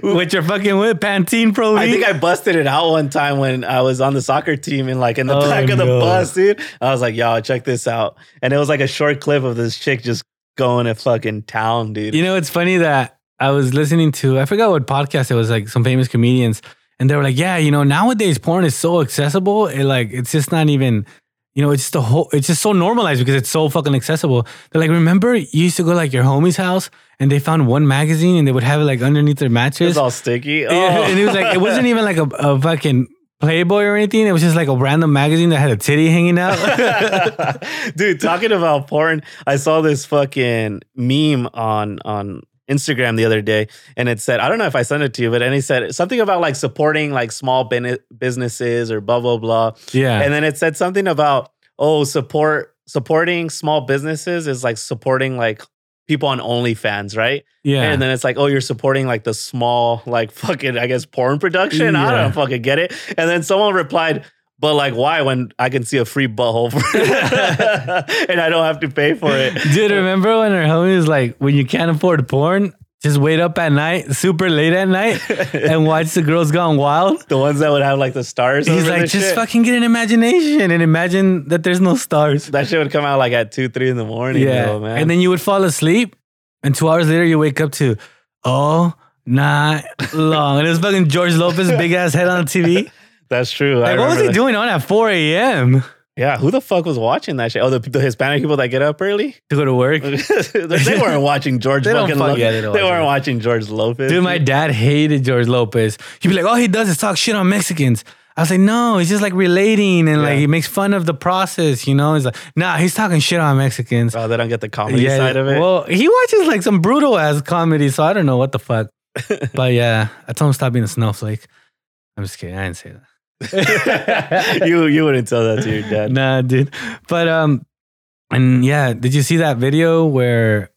S5: with your fucking what, Pantene Pro
S6: I think I busted it out one time when I was on the soccer team and like in the
S5: Oh,
S6: back of the
S5: no.
S6: bus, dude. I was like, "Yo, check this out!" And it was like a short clip of this chick just going to fucking town, dude.
S5: You know, it's funny that I was listening to, I forgot what podcast it was, like some famous comedians, and they were like, yeah, you know, nowadays porn is so accessible. It like, it's just not even, you know, it's just the whole, it's just so normalized because it's so fucking accessible. They're like, remember you used to go like your homie's house and they found one magazine and they would have it like underneath their
S6: it
S5: mattress.
S6: was all sticky. Oh.
S5: Yeah, and it was like it (laughs) wasn't even like a, a fucking Playboy or anything. It was just like a random magazine that had a titty hanging (laughs) out.
S6: (laughs) dude. Talking about porn, I saw this fucking meme on on Instagram the other day, and it said, I don't know if I sent it to you, but and it said something about like supporting like small bene- businesses or blah blah blah.
S5: yeah.
S6: And then it said something about oh support supporting small businesses is like supporting like people on OnlyFans, right?
S5: yeah.
S6: And then it's like oh you're supporting like the small like fucking I guess porn production. I
S5: Yeah.
S6: don't fucking get it. And then someone replied. But like, why when I can see a free butthole for (laughs) and I don't have to pay for it?
S5: Dude, remember when our homie was like, when you can't afford porn, just wait up at night, super late at
S6: (laughs)
S5: night, and watch the girls gone wild?
S6: The ones that would have like the stars.
S5: He's
S6: over
S5: like,
S6: the
S5: just
S6: shit."
S5: fucking get an imagination and imagine that there's no stars.
S6: That shit would come out like at two, three in the morning.
S5: Yeah.
S6: though, man.
S5: And then you would fall asleep, and two hours later, you wake up to, oh, not long. and it was fucking George Lopez, big ass head on TV.
S6: that's true. (laughs) I
S5: Like, what was
S6: remember
S5: he
S6: that.
S5: doing on at 4 a.m.?
S6: Yeah, who the fuck was watching that shit? Oh, the, the Hispanic people that get up early? (laughs)
S5: to go to work.
S6: they weren't watching George
S5: They don't
S6: fucking
S5: fuck-
S6: Lo-
S5: yeah, they
S6: they,
S5: don't watch
S6: weren't
S5: it.
S6: watching George Lopez.
S5: Dude, my dad hated George Lopez. He'd be like, all he does is talk shit on Mexicans. I was like, no, he's just like relating and like
S6: Yeah.
S5: he makes fun of the process, you know? He's like, nah, he's talking shit on Mexicans.
S6: Oh, they don't get the comedy side of it.
S5: Well, he watches like some brutal ass comedy, so I don't know what the
S6: (laughs)
S5: fuck. but yeah, I told him stop being a snowflake. I'm just kidding. I didn't say that.
S6: (laughs) you you wouldn't tell that to your dad.
S5: (laughs) Nah, dude. But um, and yeah, did you see that video where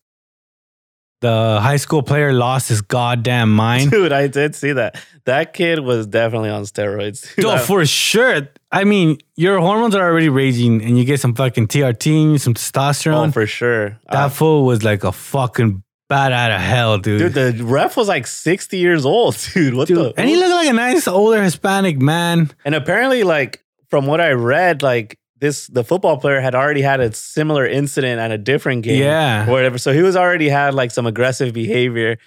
S5: the high school player lost his goddamn mind?
S6: Dude, I did see that. That kid was definitely on steroids. (laughs)
S5: Dude,
S6: That-
S5: for sure. I mean, your hormones are already raging, and you get some fucking TRT, and some testosterone.
S6: oh, for sure.
S5: that
S6: Uh,
S5: fool was like a fucking bat out of hell, dude.
S6: dude, the ref was like 60 years old, (laughs) dude. What
S5: Dude,
S6: the?
S5: and he looked like a nice older Hispanic man.
S6: And apparently, like from what I read, like this the football player had already had a similar incident at a different game.
S5: Yeah.
S6: Or whatever. So he was already had like some aggressive behavior.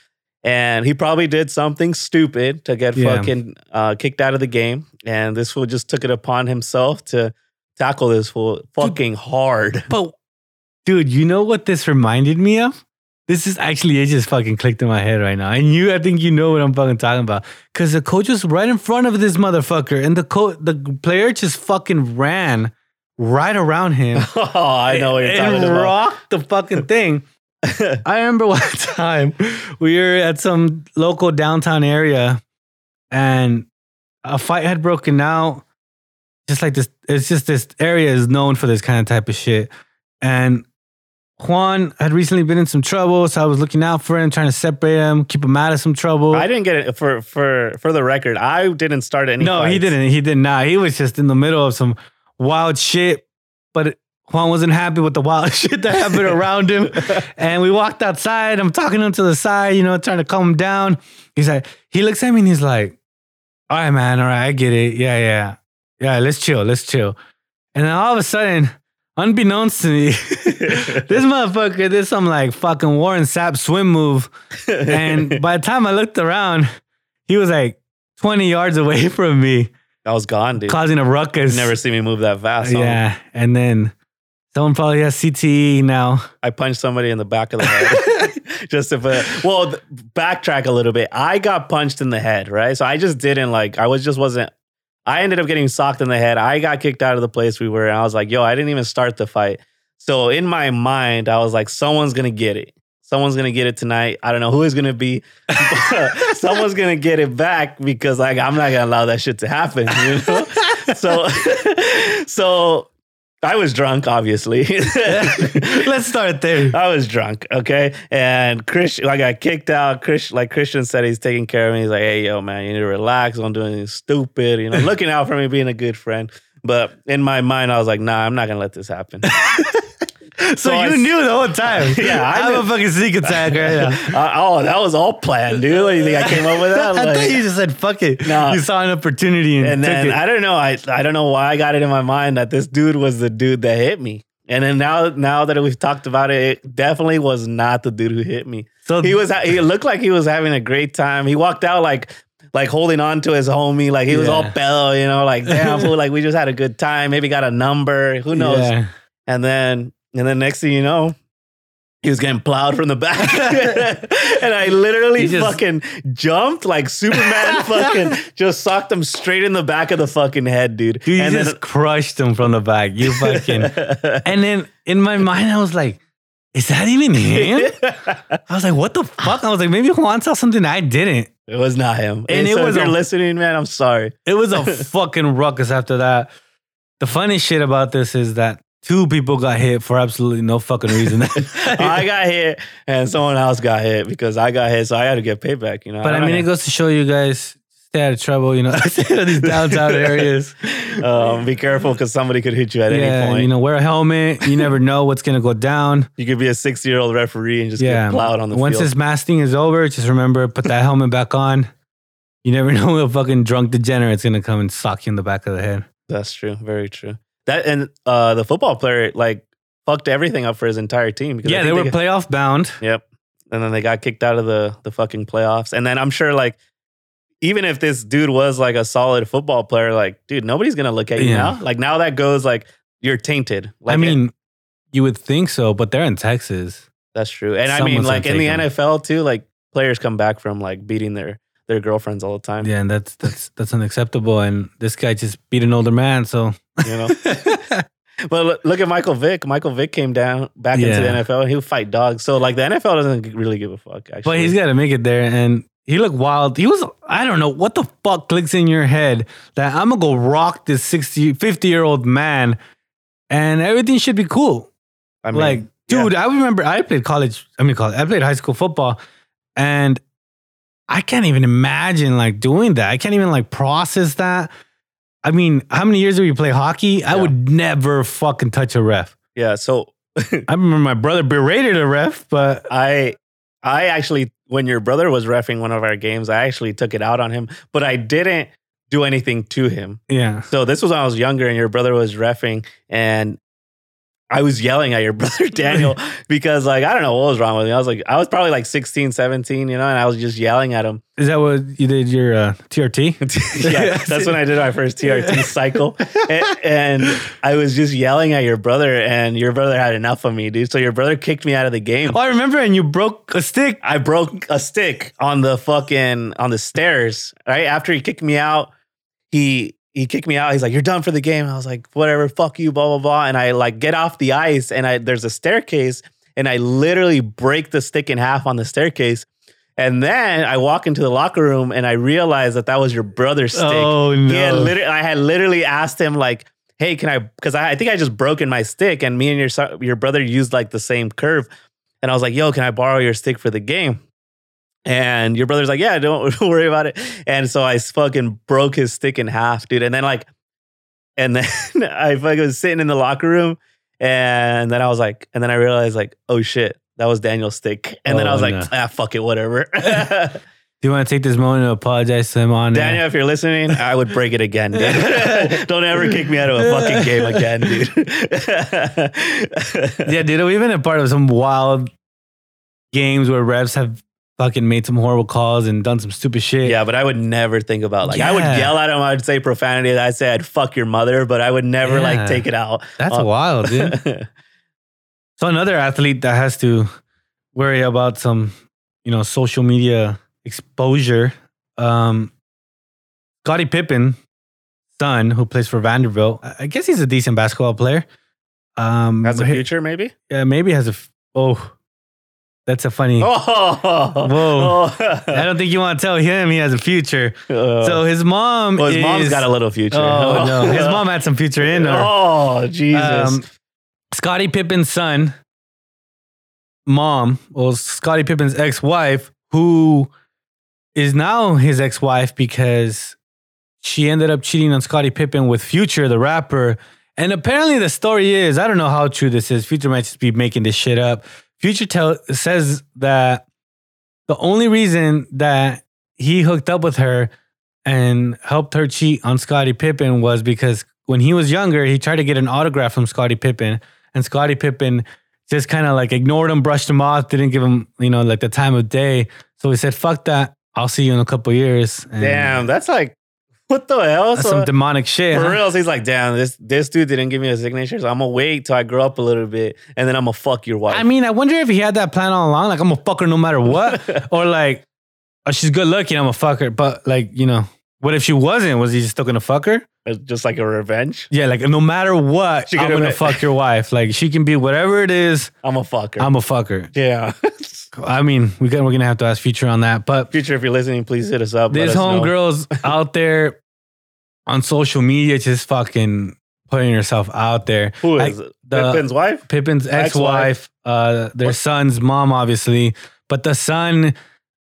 S6: And he probably did something stupid to get
S5: Yeah.
S6: fucking uh, kicked out of the game. And this fool just took it upon himself to tackle this fool fucking hard. (laughs)
S5: But dude, you know what this reminded me of? This is actually it just fucking clicked in my head right now. And you I think you know what I'm fucking talking about. Cause the coach was right in front of this motherfucker and the co- the player just fucking ran right around him.
S6: oh, I know what you're talking
S5: and
S6: about.
S5: rocked the fucking
S6: (laughs)
S5: thing. I remember one (laughs) time we were at some local downtown area and a fight had broken out. Just like this, it's just this area is known for this kind of type of shit. And Juan had recently been in some trouble, so I was looking out for him, trying to separate him, keep him out of some trouble.
S6: I didn't get it for for for the record. I didn't start any.
S5: No, he
S6: fights.
S5: didn't. He did not. He was just in the middle of some wild shit. But Juan wasn't happy with the wild (laughs) shit that happened around
S6: (laughs)
S5: him. And we walked outside. I'm talking to him to the side, you know, trying to calm him down. He's like, he looks at me and he's like, all right, man. All right, I get it. Yeah, yeah. Yeah, let's chill. Let's chill. And then all of a sudden, unbeknownst to me, (laughs)
S6: (laughs)
S5: this motherfucker did some like fucking Warren Sapp swim move. And
S6: (laughs)
S5: by the time I looked around, he was like 20 yards away (laughs) from me,
S6: I was gone, dude.
S5: causing a ruckus.
S6: You never see me move that fast. Yeah.
S5: Yeah. And then someone probably has CTE
S6: (laughs)
S5: now.
S6: I punched somebody in the back of the head. just to put, well, th- backtrack a little bit. I got punched in the head, right? So I just didn't like, I was just wasn't, I ended up getting socked in the head. I got kicked out of the place we were. And I was like, yo, I didn't even start the fight. So in my mind, I was like, someone's going to get it. Someone's going to get it tonight. I don't know who it's going to be. but (laughs) someone's going to get it back because like, I'm not going to allow that shit to happen. You know? so, (laughs) so I was drunk, obviously.
S5: Let's start there.
S6: I was drunk, okay? And Christian, I got kicked out. Chris, like Christian said, he's taking care of me. He's like, hey, yo, man, you need to relax. Don't do anything stupid. You know, looking out for me, being a good friend. But in my mind, I was like, nah, I'm not going to let this happen. (laughs)
S5: So,
S6: I
S5: you
S6: s-
S5: knew the whole time.
S6: (laughs) Yeah,
S5: I
S6: I
S5: am a
S6: knew-
S5: fucking sneak
S6: (laughs)
S5: attack right now.
S6: Uh, oh, that was all planned, dude. What do you think I came up with
S5: (laughs)
S6: that?
S5: I
S6: Like-
S5: thought you just said fuck it.
S6: No.
S5: You saw an opportunity and,
S6: and
S5: took
S6: then
S5: it.
S6: I don't know. I I don't know why I got it in my mind that this dude was the dude that hit me. And then now now that we've talked about it, it definitely was not the dude who hit me.
S5: So-
S6: So he was ha- he looked like he was having a great time. He walked out like like holding on to his homie, like he was
S5: Yeah.
S6: all bellow, you know, like damn
S5: (laughs)
S6: fool, like we just had a good time. Maybe got a number, who knows?
S5: Yeah.
S6: And then and then next thing you know, he was getting plowed from the back. (laughs) and I literally
S5: He just-
S6: fucking jumped
S5: (laughs)
S6: like Superman fucking just socked him straight in the back of the fucking head, dude.
S5: Dude, you
S6: and
S5: just crushed him from the back.
S6: (laughs)
S5: You fucking.
S6: then
S5: and then in my mind, I was like, is that even him?
S6: (laughs)
S5: I was like, what the fuck? I was like, maybe Juan saw something I didn't.
S6: it was not him.
S5: And
S6: And
S5: it
S6: so
S5: was
S6: if you're
S5: a-
S6: listening, man,
S5: (laughs)
S6: I'm sorry.
S5: It was
S6: (laughs)
S5: a fucking ruckus after that. The funny shit about this is that two people got hit for absolutely no fucking
S6: (laughs)
S5: reason.
S6: I got hit and someone else got hit because I got hit, so I had to get payback, you know.
S5: but I mean, it goes to show you guys stay out of trouble, you know, (laughs) stay out
S6: (laughs)
S5: of these downtown areas.
S6: um, be careful because somebody could hit you at any
S5: Yeah,
S6: point.
S5: you know, wear a helmet. You never know what's going to go down.
S6: You could be a 60 year old referee and just
S5: yeah.
S6: get plowed on the
S5: Once
S6: field.
S5: this mask thing is over, just remember put that helmet back on. You never (laughs) know when a fucking drunk degenerate's gonna come and sock you in the back of the head.
S6: That's true. Very true. That and uh the football player like fucked everything up for his entire team. because I
S5: Yeah, they
S6: think
S5: were
S6: got-
S5: playoff bound.
S6: Yep. And then they got kicked out of the the fucking playoffs. And then I'm sure like even if this dude was like a solid football player, like dude, nobody's gonna look at you
S5: Yeah.
S6: now. Like now that goes like you're tainted. Like,
S5: I mean, you would think so, but they're in Texas.
S6: that's true. And I mean,
S5: someone's
S6: like
S5: gonna
S6: in the
S5: take 'em.
S6: NFL too, like players come back from like beating their their girlfriends all the time.
S5: Yeah, and that's that's that's unacceptable. And this guy just beat an older man, so
S6: You know. (laughs) But look- look at Michael Vick. Michael Vick came down back
S5: Yeah.
S6: into the NFL and he'll fight dogs. So like the NFL doesn't g- really give a fuck. Actually,
S5: But he's got to make it there. And he looked wild. He was, I don't know, what the fuck clicks in your head that I'm going to go rock this 60, 50 year old man and everything should be cool.
S6: I mean,
S5: like,
S6: yeah.
S5: dude, I remember I played college, I mean, college, I played high school football and I can't even imagine like doing that. I can't even like process that. I mean, how many years did we play hockey? I
S6: Yeah.
S5: would never fucking touch a ref.
S6: yeah. So
S5: I remember my brother berated a ref, but
S6: I I actually when your brother was refing one of our games, I actually took it out on him, but I didn't do anything to him.
S5: yeah.
S6: So this was when I was younger and your brother was refing and I was yelling at your (laughs) brother Daniel because like I don't know what was wrong with me. I was like I was probably like 16, 17, you know, and I was just yelling at him.
S5: Is that what you did your uh, TRT? (laughs)
S6: yeah, that's when I did my first TRT cycle. And, and I was just yelling at your brother and your brother had enough of me, dude. So your brother kicked me out of the game.
S5: Oh, I remember, and you broke a stick.
S6: I broke a stick on the fucking on the stairs. Right after he kicked me out, he he kicked me out. He's like, "You're done for the game." I was like, "Whatever, fuck you, blah blah blah." And I like get off the ice, and I there's a staircase, and I literally break the stick in half on the staircase. And then I walk into the locker room, and I realize that that was your brother's stick.
S5: Oh,
S6: He had
S5: no.
S6: liter- I had literally asked him like. Hey, can I? Because I, I think I just broken my stick, and me and your so- your brother used like the same curve. And I was like, yo, can I borrow your stick for the game? And your brother's like, yeah, don't (laughs) worry about it. And so I fucking broke his stick in half, dude. And then like, and then (laughs) I fucking was sitting in the locker room. And then I was like, and then I realized like, oh shit, that was Daniel's stick. And then I
S5: Oh,
S6: was like,
S5: no.
S6: ah, fuck
S5: (laughs)
S6: it, whatever. (laughs)
S5: Do you want to take this moment to apologize to him on uh, air?
S6: Daniel, if you're listening, I would break it again. Dude. (laughs) don't ever kick me out of a fucking game again,
S5: (laughs)
S6: dude.
S5: Yeah, dude, we've been a part of some wild games where refs have fucking made some horrible calls and done some stupid shit.
S6: Yeah, but I would never think about like I would
S5: Yeah.
S6: yell at him. I'd say profanity. I'd say I'd fuck your mother, but I would never
S5: Yeah.
S6: like take it out.
S5: that's
S6: Uh,
S5: wild, dude. so another athlete that has to worry about some, you know, social media exposure. Um, Scottie Pippen, son, who plays for Vanderbilt. I I guess he's a decent basketball player. Um,
S6: (laughs) That's a
S5: but he-
S6: future, maybe.
S5: Yeah, maybe has a. F- oh, that's a funny.
S6: Oh, (laughs)
S5: Whoa.
S6: Oh.
S5: I don't think you want to tell him he has a future.
S6: Uh,
S5: so his mom.
S6: well, his
S5: is,
S6: mom's got a little future.
S5: Oh
S6: (laughs)
S5: no, his mom had some future in her.
S6: Oh Jesus!
S5: Um, Scottie Pippen's son, mom, well, Scottie Pippen's ex-wife, who is now his ex-wife because she ended up cheating on Scottie Pippen with Future, the rapper. And apparently, the story is I don't know how true this is. Future might just be making this shit up. Future tell, says that the only reason that he hooked up with her and helped her cheat on Scottie Pippen was because when he was younger, he tried to get an autograph from Scottie Pippen, and Scottie Pippen just kind of like ignored him, brushed him off, didn't give him, you know, like the time of day. So he said, "Fuck that! I'll see you in a couple years." And
S6: damn, that's like what the hell?
S5: that's
S6: So-
S5: some demonic shit.
S6: For
S5: huh?
S6: real, he's like, damn, this this dude didn't give me a signature, so I'm gonna wait till I grow up a little bit, and then I'm gonna fuck your wife.
S5: I mean, I wonder if he had that plan all along. Like, I'm gonna fuck her no matter
S6: (laughs)
S5: what, or like, oh, she's good looking, I'm gonna fuck her. But like, you know, what if she wasn't? Was he just still gonna fuck her?
S6: It's just like a revenge.
S5: Yeah, like no matter what,
S6: She
S5: I'm
S6: could've
S5: gonna
S6: been-
S5: fuck your wife. Like, she can be whatever it is.
S6: I'm a fucker.
S5: I'm a fucker.
S6: yeah. (laughs)
S5: I mean, we got, we're gonna have to ask Future on that. But
S6: Future, if you're listening, please hit us up. let
S5: these
S6: us know.
S5: homegirls
S6: (laughs)
S5: out there on social media just fucking putting herself out there.
S6: Who
S5: I-
S6: is it?
S5: the-
S6: Pippin's wife?
S5: Pippin's ex-wife,
S6: Ex-wife.
S5: uh, their
S6: What?
S5: son's mom, obviously, but the son,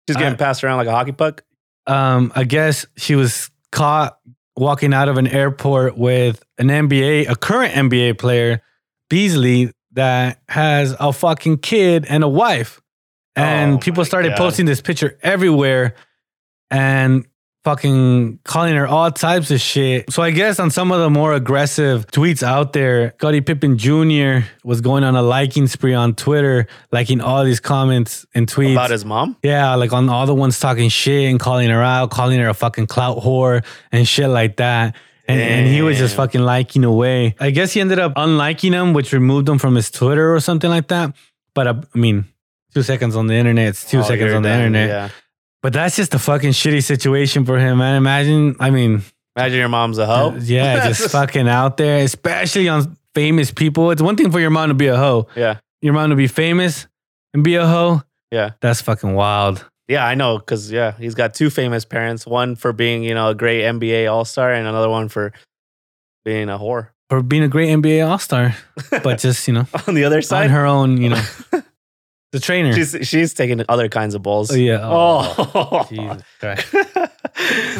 S6: She's getting
S5: I-
S6: passed around like a hockey puck.
S5: um, I guess she was caught walking out of an airport with an NBA, a current NBA player, Beasley, that has a fucking kid and a wife. And
S6: Oh
S5: people
S6: my
S5: started
S6: God.
S5: posting this picture everywhere and fucking calling her all types of shit. So I guess on some of the more aggressive tweets out there, Scottie Pippen Jr. was going on a liking spree on Twitter, liking all these comments and tweets.
S6: About his mom?
S5: Yeah, like on all the ones talking shit and calling her out, calling her a fucking clout whore and shit like that. And, and he was just
S6: Damn.
S5: fucking liking away. I guess he ended up unliking him, which removed him from his Twitter or something like that. But uh, I mean, two seconds on the internet, it's two
S6: Two
S5: seconds on the internet.
S6: Oh, Yeah.
S5: But that's just a fucking shitty situation for him, man. Imagine, I mean, uh,
S6: Imagine your mom's a hoe. (laughs)
S5: yeah, just fucking out there, especially on famous people. It's one thing for your mom to be a hoe,
S6: Yeah.
S5: your mom to be famous and be a hoe.
S6: Yeah.
S5: That's fucking wild.
S6: Yeah, I know, because yeah, he's got two famous parents. One for being, you know, a great NBA All Star, and another one for being a whore. (laughs)
S5: For being a great NBA All Star, but just you know,
S6: On the other
S5: on
S6: side,
S5: her own, you
S6: (laughs)
S5: know, the trainer.
S6: she's she's taking other kinds of balls.
S5: oh, yeah.
S6: Oh,
S5: (laughs)
S6: (laughs)
S5: Jesus Christ.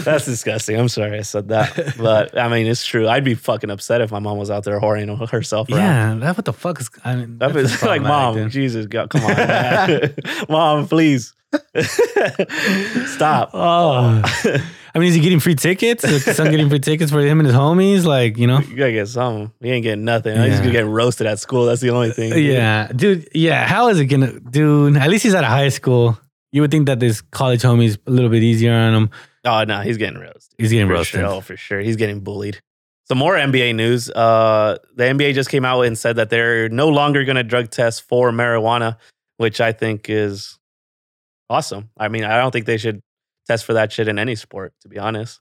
S6: that's disgusting. I'm sorry I said that, but I mean it's true. I'd be fucking upset if my mom was out there whoring herself. Around.
S5: Yeah, that what the fuck is I mean,
S6: That
S5: that's
S6: was (laughs) like, mom,
S5: problematic, dude.
S6: Jesus, God, come on,
S5: (laughs)
S6: man. (laughs) mom, please (laughs) stop. (laughs)
S5: Oh, I mean, is he getting free tickets? Is son getting free tickets for him and his homies? Like, you know,
S6: You gotta get some. He ain't getting nothing. He's
S5: Yeah.
S6: gonna get roasted at school. That's the only thing. dude.
S5: Yeah, dude. Yeah, how is it gonna, dude? At least he's out of high school. You would think that this college homie's a little bit easier on him.
S6: Oh no, he's getting roasted.
S5: He's getting
S6: for
S5: roasted.
S6: Sure. Oh, for sure. He's getting bullied. Some more NBA news. Uh, the NBA just came out and said that they're no longer going to drug test for marijuana, which I think is awesome. I mean, I don't think they should test for that shit in any sport, to be honest.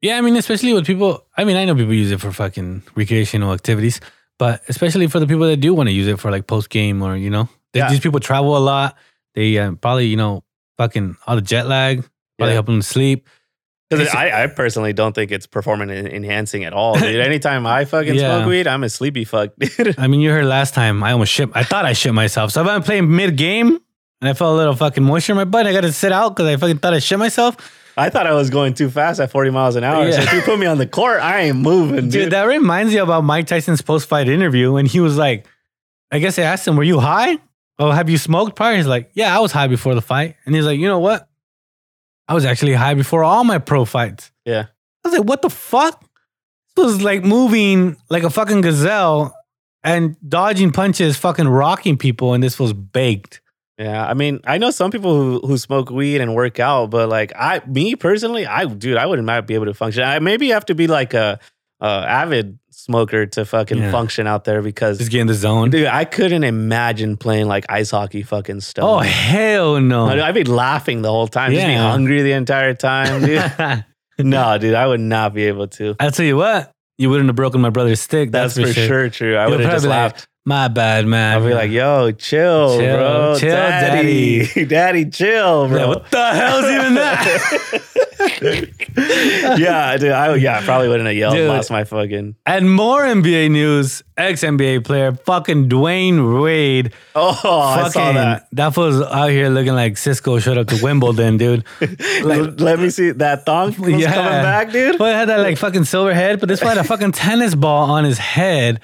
S5: Yeah, I mean, especially with people. I mean, I know people use it for fucking recreational activities, but especially for the people that do want to use it for like post game or you know, they,
S6: Yeah.
S5: these people travel a lot. They uh, probably you know fucking all the jet lag probably
S6: Yeah.
S5: help them sleep.
S6: Because
S5: It's-
S6: I, I personally don't think it's performance en- enhancing at
S5: (laughs)
S6: all, dude. Anytime I fucking
S5: Yeah.
S6: smoke weed, I'm a sleepy fuck, dude. (laughs)
S5: I mean, you heard last time I almost shit. I thought I shit myself. So if I'm playing mid game. And I felt a little fucking moisture in my butt. and I got to sit out because I fucking thought I shit myself.
S6: I thought I was going too fast at 40 miles an hour. So
S5: Yeah.
S6: if you put me on the court, I ain't
S5: (laughs)
S6: moving,
S5: Dude,
S6: dude.
S5: that reminds me about Mike Tyson's post fight interview when he was like, I guess they asked him, Were you high? Oh, have you smoked prior? He's like, Yeah, I was high before the fight. And he's like, You know what? I was actually high before all my pro fights.
S6: Yeah.
S5: I was like, What the fuck? This was like moving like a fucking gazelle and dodging punches, fucking rocking people. And this was baked.
S6: Yeah, I mean, I know some people who, who smoke weed and work out, but like I, me personally, I dude, I wouldn't might be able to function. I maybe have to be like a, a avid smoker to fucking
S5: Yeah.
S6: function out there because
S5: Just get in the zone.
S6: dude, I couldn't imagine playing like ice hockey fucking stuff.
S5: oh, hell
S6: I'd,
S5: no.
S6: I'd be laughing the whole time, just be
S5: Yeah.
S6: hungry the entire
S5: (laughs)
S6: time, dude. (laughs) no, dude, I would not be able to.
S5: I'll tell you what, you wouldn't have broken my brother's stick.
S6: That's, for sure. true. I
S5: You'll
S6: would have just
S5: probably
S6: laughed.
S5: My bad, man.
S6: I'd be like, "Yo, chill,
S5: Chill,
S6: bro,
S5: chill,
S6: daddy, daddy, (laughs) chill, bro."
S5: Yeah, what the hell's even
S6: (laughs)
S5: that?
S6: yeah, dude. I yeah, I probably wouldn't have yelled.
S5: Dude.
S6: Lost my fucking.
S5: and more NBA news. Ex NBA player fucking Dwayne Wade.
S6: Oh, I saw
S5: fucking,
S6: that.
S5: fool's out here looking like Cisco showed up to Wimbledon,
S6: (laughs)
S5: dude.
S6: L- Let me see that thong was coming back, dude.
S5: Well, it had that like fucking silver head, but this one had a fucking tennis ball on his head.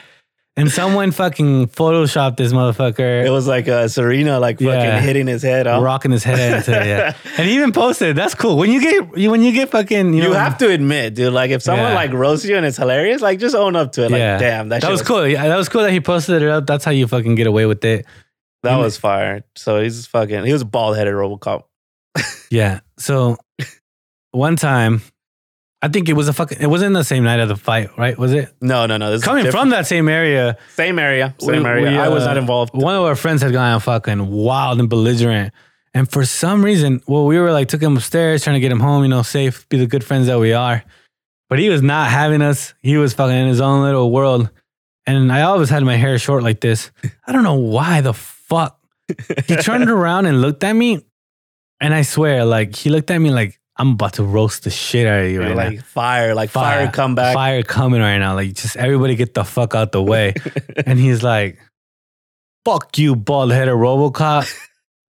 S5: And someone fucking photoshopped this motherfucker.
S6: It was like uh, Serena, like fucking
S5: Yeah.
S6: hitting his head off.
S5: Rocking his head, into it,
S6: (laughs)
S5: yeah. and he even posted. That's cool. When you get, you- when you get fucking, you,
S6: You
S5: know,
S6: have to admit, dude. Like if someone
S5: Yeah.
S6: like roasts you and it's hilarious, like just own up to it. Like damn, that, shit
S5: was cool. Yeah, that was cool that he posted it up. That's how you fucking get away with it.
S6: That was fire. So he's fucking. He was bald headed RoboCop.
S5: Yeah. So one time, I think it was a fucking. It wasn't the same night of the fight, right? Was it
S6: No, no, no. This is
S5: coming
S6: different.
S5: from that same area?
S6: same area, same
S5: we-
S6: area.
S5: we,
S6: I was
S5: uh,
S6: not involved.
S5: One of our friends had gone fucking wild and belligerent, and for some reason, well, we were like took him upstairs, trying to get him home, you know, safe, be the good friends that we are. But he was not having us. He was fucking in his own little world. And I always had my hair short like this. I don't know why the fuck. He turned around and looked at me. And I swear, like, he looked at me like, I'm about to roast the shit out of you right
S6: like
S5: now.
S6: fire, like fire, comeback.
S5: Fire coming right now. Like, just everybody get the fuck out the
S6: (laughs)
S5: way. and he's like, fuck you, bald headed
S6: (laughs)
S5: Robocop.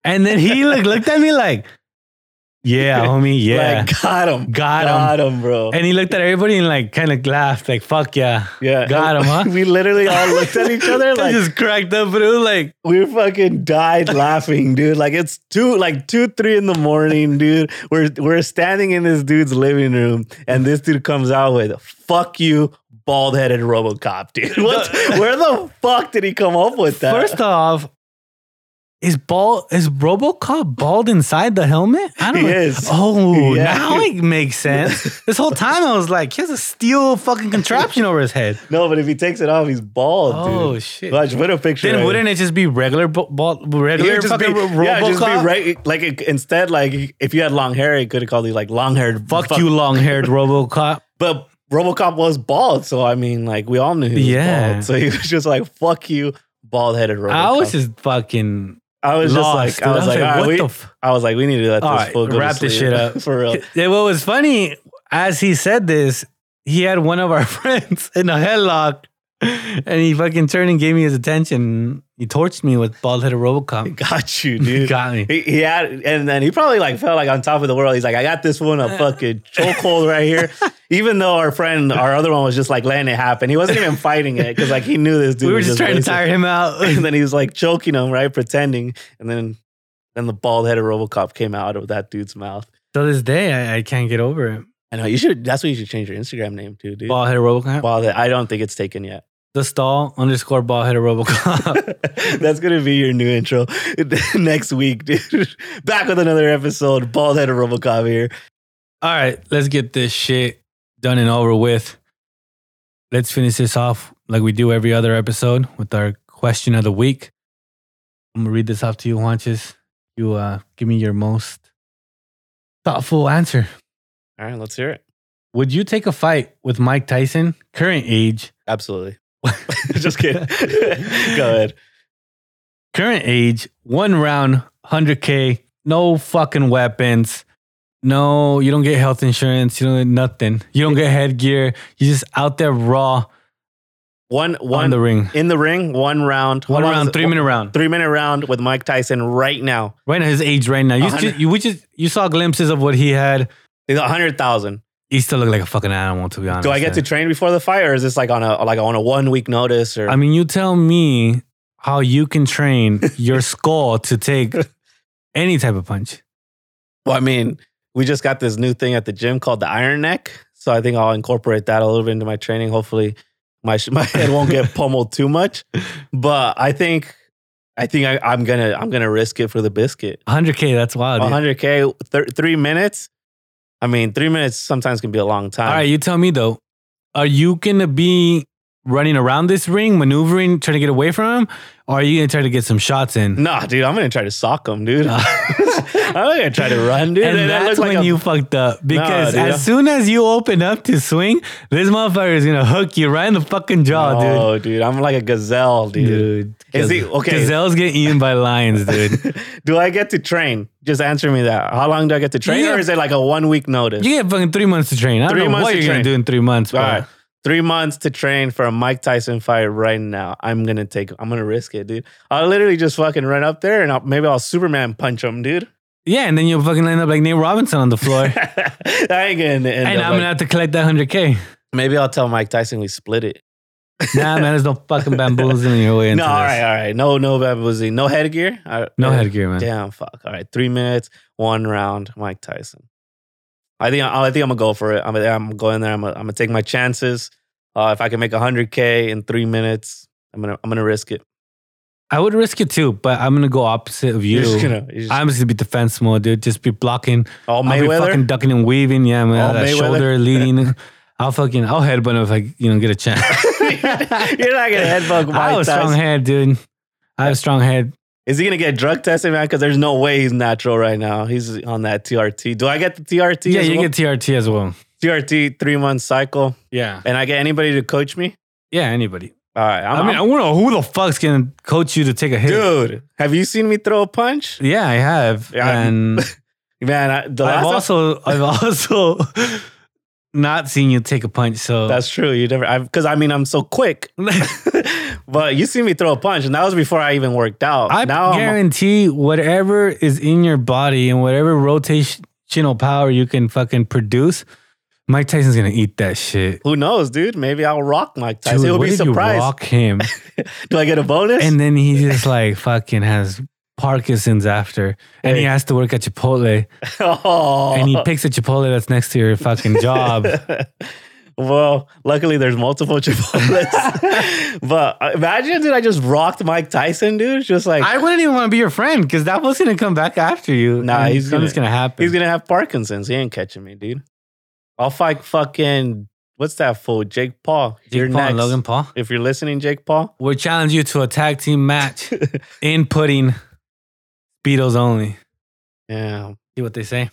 S5: and then he like, looked at me like,
S6: (laughs)
S5: yeah, homie, yeah.
S6: Like got him,
S5: Got him.
S6: got him, bro.
S5: And he looked at everybody and like kind of laughed, like "fuck yeah."
S6: Yeah,
S5: Got
S6: and
S5: 'em, huh?
S6: (laughs) We literally all looked at
S5: (laughs)
S6: each other
S5: I
S6: like
S5: just cracked up, but it was like,
S6: we fucking died laughing, dude. Like it's two, like two, three in the morning, dude. We're we're standing in this dude's living room, and this dude comes out with "fuck you." Bald headed (laughs) Robocop, dude. What? Where the fuck did he come up with that?
S5: first off, Is bald? Is RoboCop bald inside the helmet? I don't.
S6: He
S5: know.
S6: is.
S5: Oh,
S6: Yeah.
S5: now it makes sense. this whole time I was like, he has a steel fucking contraption over his head.
S6: No, but if he takes it off, he's bald,
S5: Oh,
S6: dude.
S5: shit.
S6: Watch, put a picture.
S5: Then
S6: of it.
S5: wouldn't it just be regular bo- bald,
S6: It
S5: regular
S6: would just be,
S5: fucking RoboCop?
S6: yeah, just be right. Like it- instead, like if you had long hair, it could have called you like long haired.
S5: Fuck you, long-haired RoboCop.
S6: But RoboCop was bald, so I mean, like we all knew he was
S5: Yeah.
S6: bald. So he was just like, "Fuck you, bald headed RoboCop."
S5: I was just fucking
S6: I was just
S5: lost,
S6: like, I
S5: dude.
S6: was like, "All right,
S5: what
S6: we-
S5: the f-?
S6: I was like, we need to let this
S5: All right,
S6: fool go to
S5: wrap this
S6: sleep.
S5: shit up.
S6: (laughs) for
S5: (laughs)
S6: real.
S5: Yeah, what was funny, as he said this, he had one of our (laughs) friends in a headlock and he fucking turned and gave me his attention. He torched me with bald headed Robocop.
S6: Got
S5: (laughs)
S6: you, dude.
S5: Got me.
S6: He, he had, and then he probably like felt like on top of the world. He's like, I got this one a fucking chokehold
S5: (laughs)
S6: right here. Even though our friend, our other one, was just like letting it happen. He wasn't even fighting it because like he knew this dude.
S5: We were
S6: was
S5: just trying to
S6: wasted. (laughs)
S5: tire him out.
S6: And then he was like choking him, right, pretending. And then, then the bald headed RoboCop came out of that dude's mouth.
S5: to this day, I, I can't get over it.
S6: I know you should. That's what you should change your Instagram name to, dude.
S5: Bald headed Robocop.
S6: Bald head- I don't think it's
S5: (laughs)
S6: taken yet.
S5: The stall underscore bald headed Robocop.
S6: (laughs) That's gonna be your new intro (laughs) next week, dude. (laughs) Back with another episode. Bald headed RoboCop here.
S5: All right, let's get this shit done and over with. Let's finish this off like we do every other episode with our question of the week. I'm gonna read this off to you, Juanches. You uh, give me your most thoughtful answer.
S6: All right, let's hear it.
S5: Would you take a fight with Mike Tyson, current age,
S6: Absolutely. (laughs) Just kidding. (laughs) Go ahead.
S5: current age, one round, 100K, no fucking weapons. No, you don't get health insurance. You don't get nothing. You don't get headgear. You're just out there raw
S6: One
S5: on
S6: one
S5: the ring.
S6: in the ring, one round.
S5: One
S6: How long
S5: round,
S6: is it?
S5: three minute round.
S6: Three minute round with Mike Tyson right now.
S5: Right now, his age right now. You,
S6: hundred-
S5: ju- you, we just, you saw glimpses of what he had.
S6: He's a hundred thousand.
S5: He still looked like a fucking animal, to be honest.
S6: Do I get to
S5: man.
S6: train before the fight, or is this like on a like on a one week notice? Or
S5: I mean, you tell me how you can
S6: (laughs)
S5: train your skull to take any type of punch.
S6: Well, I mean, we just got this new thing at the gym called the Iron Neck, so I think I'll incorporate that a little bit into my training. Hopefully, my sh- (laughs) my head won't get pummeled too much. But I think I think I, I'm gonna I'm gonna risk it for the biscuit.
S5: 100K, that's wild. dude.
S6: 100k, thir- three minutes. I mean, three minutes sometimes can be a long time.
S5: All right, you tell me though. Are you gonna be running around this ring, maneuvering, trying to get away from him, or are you gonna try to get some shots in?
S6: Nah, dude, I'm gonna try to sock him,
S5: (laughs)
S6: dude. (laughs) I'm not gonna try to run, dude.
S5: and
S6: That- that
S5: that's
S6: looks like
S5: when
S6: a-
S5: you fucked up because
S6: dude, I'm-
S5: as soon as you open up to swing, this motherfucker is gonna hook you right in the fucking jaw,
S6: Oh, dude. I'm like a gazelle,
S5: dude.
S6: dude. Is he- okay.
S5: Gazelle's getting eaten by lions, dude.
S6: (laughs) Do I get to train? Just answer me that. How long do I get to train,
S5: Yeah.
S6: or is it like a one week notice?
S5: you get fucking three months to train. I don't
S6: Three
S5: know
S6: months
S5: what
S6: to
S5: you're gonna
S6: train.
S5: do in three months,
S6: All
S5: bro.
S6: right. Three months to train for a Mike Tyson fight right now. I'm gonna take. I'm gonna risk it, dude. I'll literally just fucking run up there and I'll, maybe I'll Superman punch him, dude. (laughs)
S5: Yeah, and then you'll fucking end up like Nate Robinson on the floor, and
S6: I ain't gonna. End
S5: I'm
S6: up
S5: gonna
S6: like-
S5: have to collect that hundred
S6: (laughs)
S5: k.
S6: maybe I'll tell Mike Tyson we split it.
S5: Nah, man, there's no fucking bamboozling your way into
S6: No,
S5: this.
S6: all right, all right. No, no baboozing. No headgear. All right.
S5: No headgear, man.
S6: Damn, fuck. All right, three minutes, one round, Mike Tyson. I think I, I think I'm gonna go for it. I'm gonna, I'm going there. I'm gonna, I'm gonna take my chances. Uh, if I can make 100k in three minutes, I'm gonna I'm gonna risk it. (laughs)
S5: I would risk it too, but I'm gonna go opposite of you.
S6: You're just gonna, you're just,
S5: I'm just gonna be defense mode, dude. Just be blocking.
S6: all
S5: I'll be fucking
S6: Mayweather.
S5: ducking and weaving. Yeah, man.
S6: All
S5: that
S6: Mayweather.
S5: shoulder leading. I'll fucking I'll headbutt him if I you know get a
S6: (laughs)
S5: chance.
S6: (laughs) you're not gonna
S5: (laughs)
S6: headbutt
S5: I have a
S6: Mike
S5: strong
S6: Tyson.
S5: head, dude. I have a strong head.
S6: Is he gonna get drug tested, man? Because there's no way he's natural right now. He's on that TRT. Do I get the TRT?
S5: Yeah,
S6: as
S5: you
S6: well?
S5: get TRT as well.
S6: TRT three month cycle,
S5: Yeah.
S6: and I get anybody to coach me.
S5: Yeah, anybody.
S6: All right, I'm,
S5: i mean, I
S6: I'm-
S5: wonder who the fuck's gonna coach you to take a hit.
S6: dude, have you seen me throw a punch?
S5: Yeah, I have.
S6: Yeah, I- (laughs)
S5: and
S6: Man, I, the
S5: I've
S6: last time-
S5: also I've (laughs) also not seen you take a punch. So
S6: That's true. You never, I've because I mean, I'm so
S5: (laughs)
S6: quick. (laughs) but you see me throw a punch, and that was before I even worked out.
S5: I
S6: now I'm,
S5: guarantee whatever is in your body and whatever rotational power you can fucking produce, Mike Tyson's gonna eat that shit.
S6: who knows, dude? Maybe I'll rock Mike Tyson.
S5: Dude,
S6: He'll
S5: what
S6: be
S5: if You
S6: surprised.
S5: rock
S6: (laughs)
S5: him,
S6: Do I get a bonus?
S5: and then he just like fucking has Parkinson's after, and he
S6: Hey.
S5: has to work at Chipotle,
S6: (laughs) oh. (laughs)
S5: and he picks a Chipotle that's next to your fucking job.
S6: Well, luckily there's
S5: (laughs)
S6: multiple (laughs) Chipotles. but uh, imagine, dude, I just rocked Mike Tyson, dude. Just like
S5: I wouldn't even want to be your friend because that was gonna come back after you.
S6: Nah,
S5: And
S6: he's
S5: something's
S6: gonna-
S5: gonna happen.
S6: he's gonna have Parkinson's. He ain't catching me, dude. I'll fight fucking what's that fool? Jake Paul. You're
S5: Jake Paul and
S6: next.
S5: Logan Paul.
S6: If you're listening, Jake Paul.
S5: We'll challenge you to a tag team
S6: (laughs)
S5: match in pudding, Beatles only.
S6: Yeah.
S5: See what they say.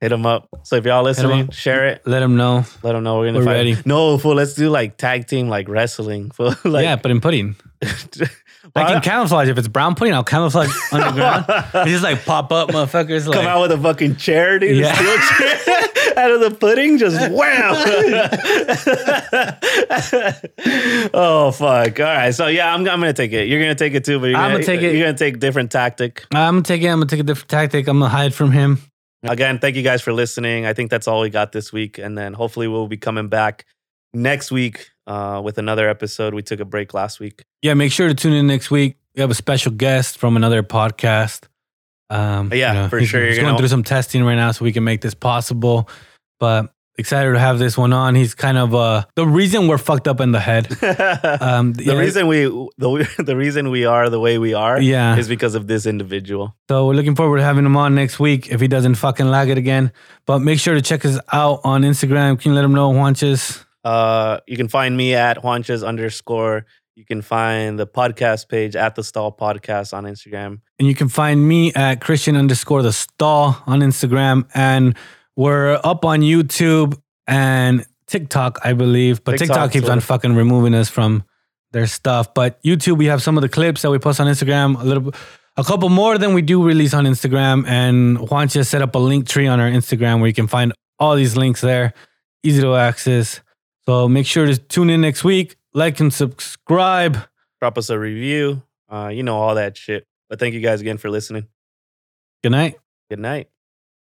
S6: Hit him up. So if y'all listening,
S5: up.
S6: share it.
S5: Let them know.
S6: Let them know we're gonna
S5: We're
S6: fight.
S5: ready.
S6: No, fool, let's do like tag team like wrestling. Fool. (laughs) Like,
S5: yeah, but in pudding. I
S6: Well,
S5: can camouflage. If it's brown pudding, I'll
S6: (laughs)
S5: camouflage underground. You just like pop up, motherfuckers.
S6: come
S5: like,
S6: out with a fucking chair, dude.
S5: Yeah.
S6: Steel chair (laughs) out of the
S5: (laughs)
S6: pudding, just wow. (laughs) oh fuck! All right, so yeah, I'm, I'm gonna take it. You're gonna take it too, but you're
S5: I'm
S6: gonna,
S5: gonna take it.
S6: You're gonna take different tactic.
S5: I'm gonna take it. I'm gonna take a different tactic. I'm gonna hide from him.
S6: Again, thank you guys for listening. I think that's all we got this week, and then hopefully we'll be coming back next week uh, with another episode. We took a break last week.
S5: Yeah, make sure to tune in next week. We have a special guest from another podcast. Um,
S6: Yeah, for
S5: he's-
S6: sure, you're
S5: He's going
S6: gonna-
S5: through some testing right now, so we can make this possible. But excited to have this one on. He's kind of uh, the reason we're fucked up in the head. Um,
S6: Uh, (laughs) the reason we the, (laughs) the reason we are the way we are
S5: Yeah.
S6: is because of this individual.
S5: So we're looking forward to having him on next week if he doesn't fucking lag it again. But make sure to check us out on Instagram. Can you let him know, Juanches?
S6: Uh, you can find me at Juanches underscore. You can find the podcast page at the Stall Podcast on Instagram.
S5: And you can find me at Christian underscore the stall on Instagram. And we're up on YouTube and TikTok, I believe. But
S6: TikTok,
S5: TikTok, keeps on
S6: Twitter.
S5: fucking removing us from their stuff. But YouTube, we have some of the clips that we post on Instagram, a little a couple more than we do release on Instagram. And Juan just set up a link tree on our Instagram where you can find all these links there. Easy to access. So make sure to tune in next week. Like and subscribe.
S6: Drop us a review. Uh, you know all that shit. But thank you guys again for listening.
S5: Good night.
S6: Good night.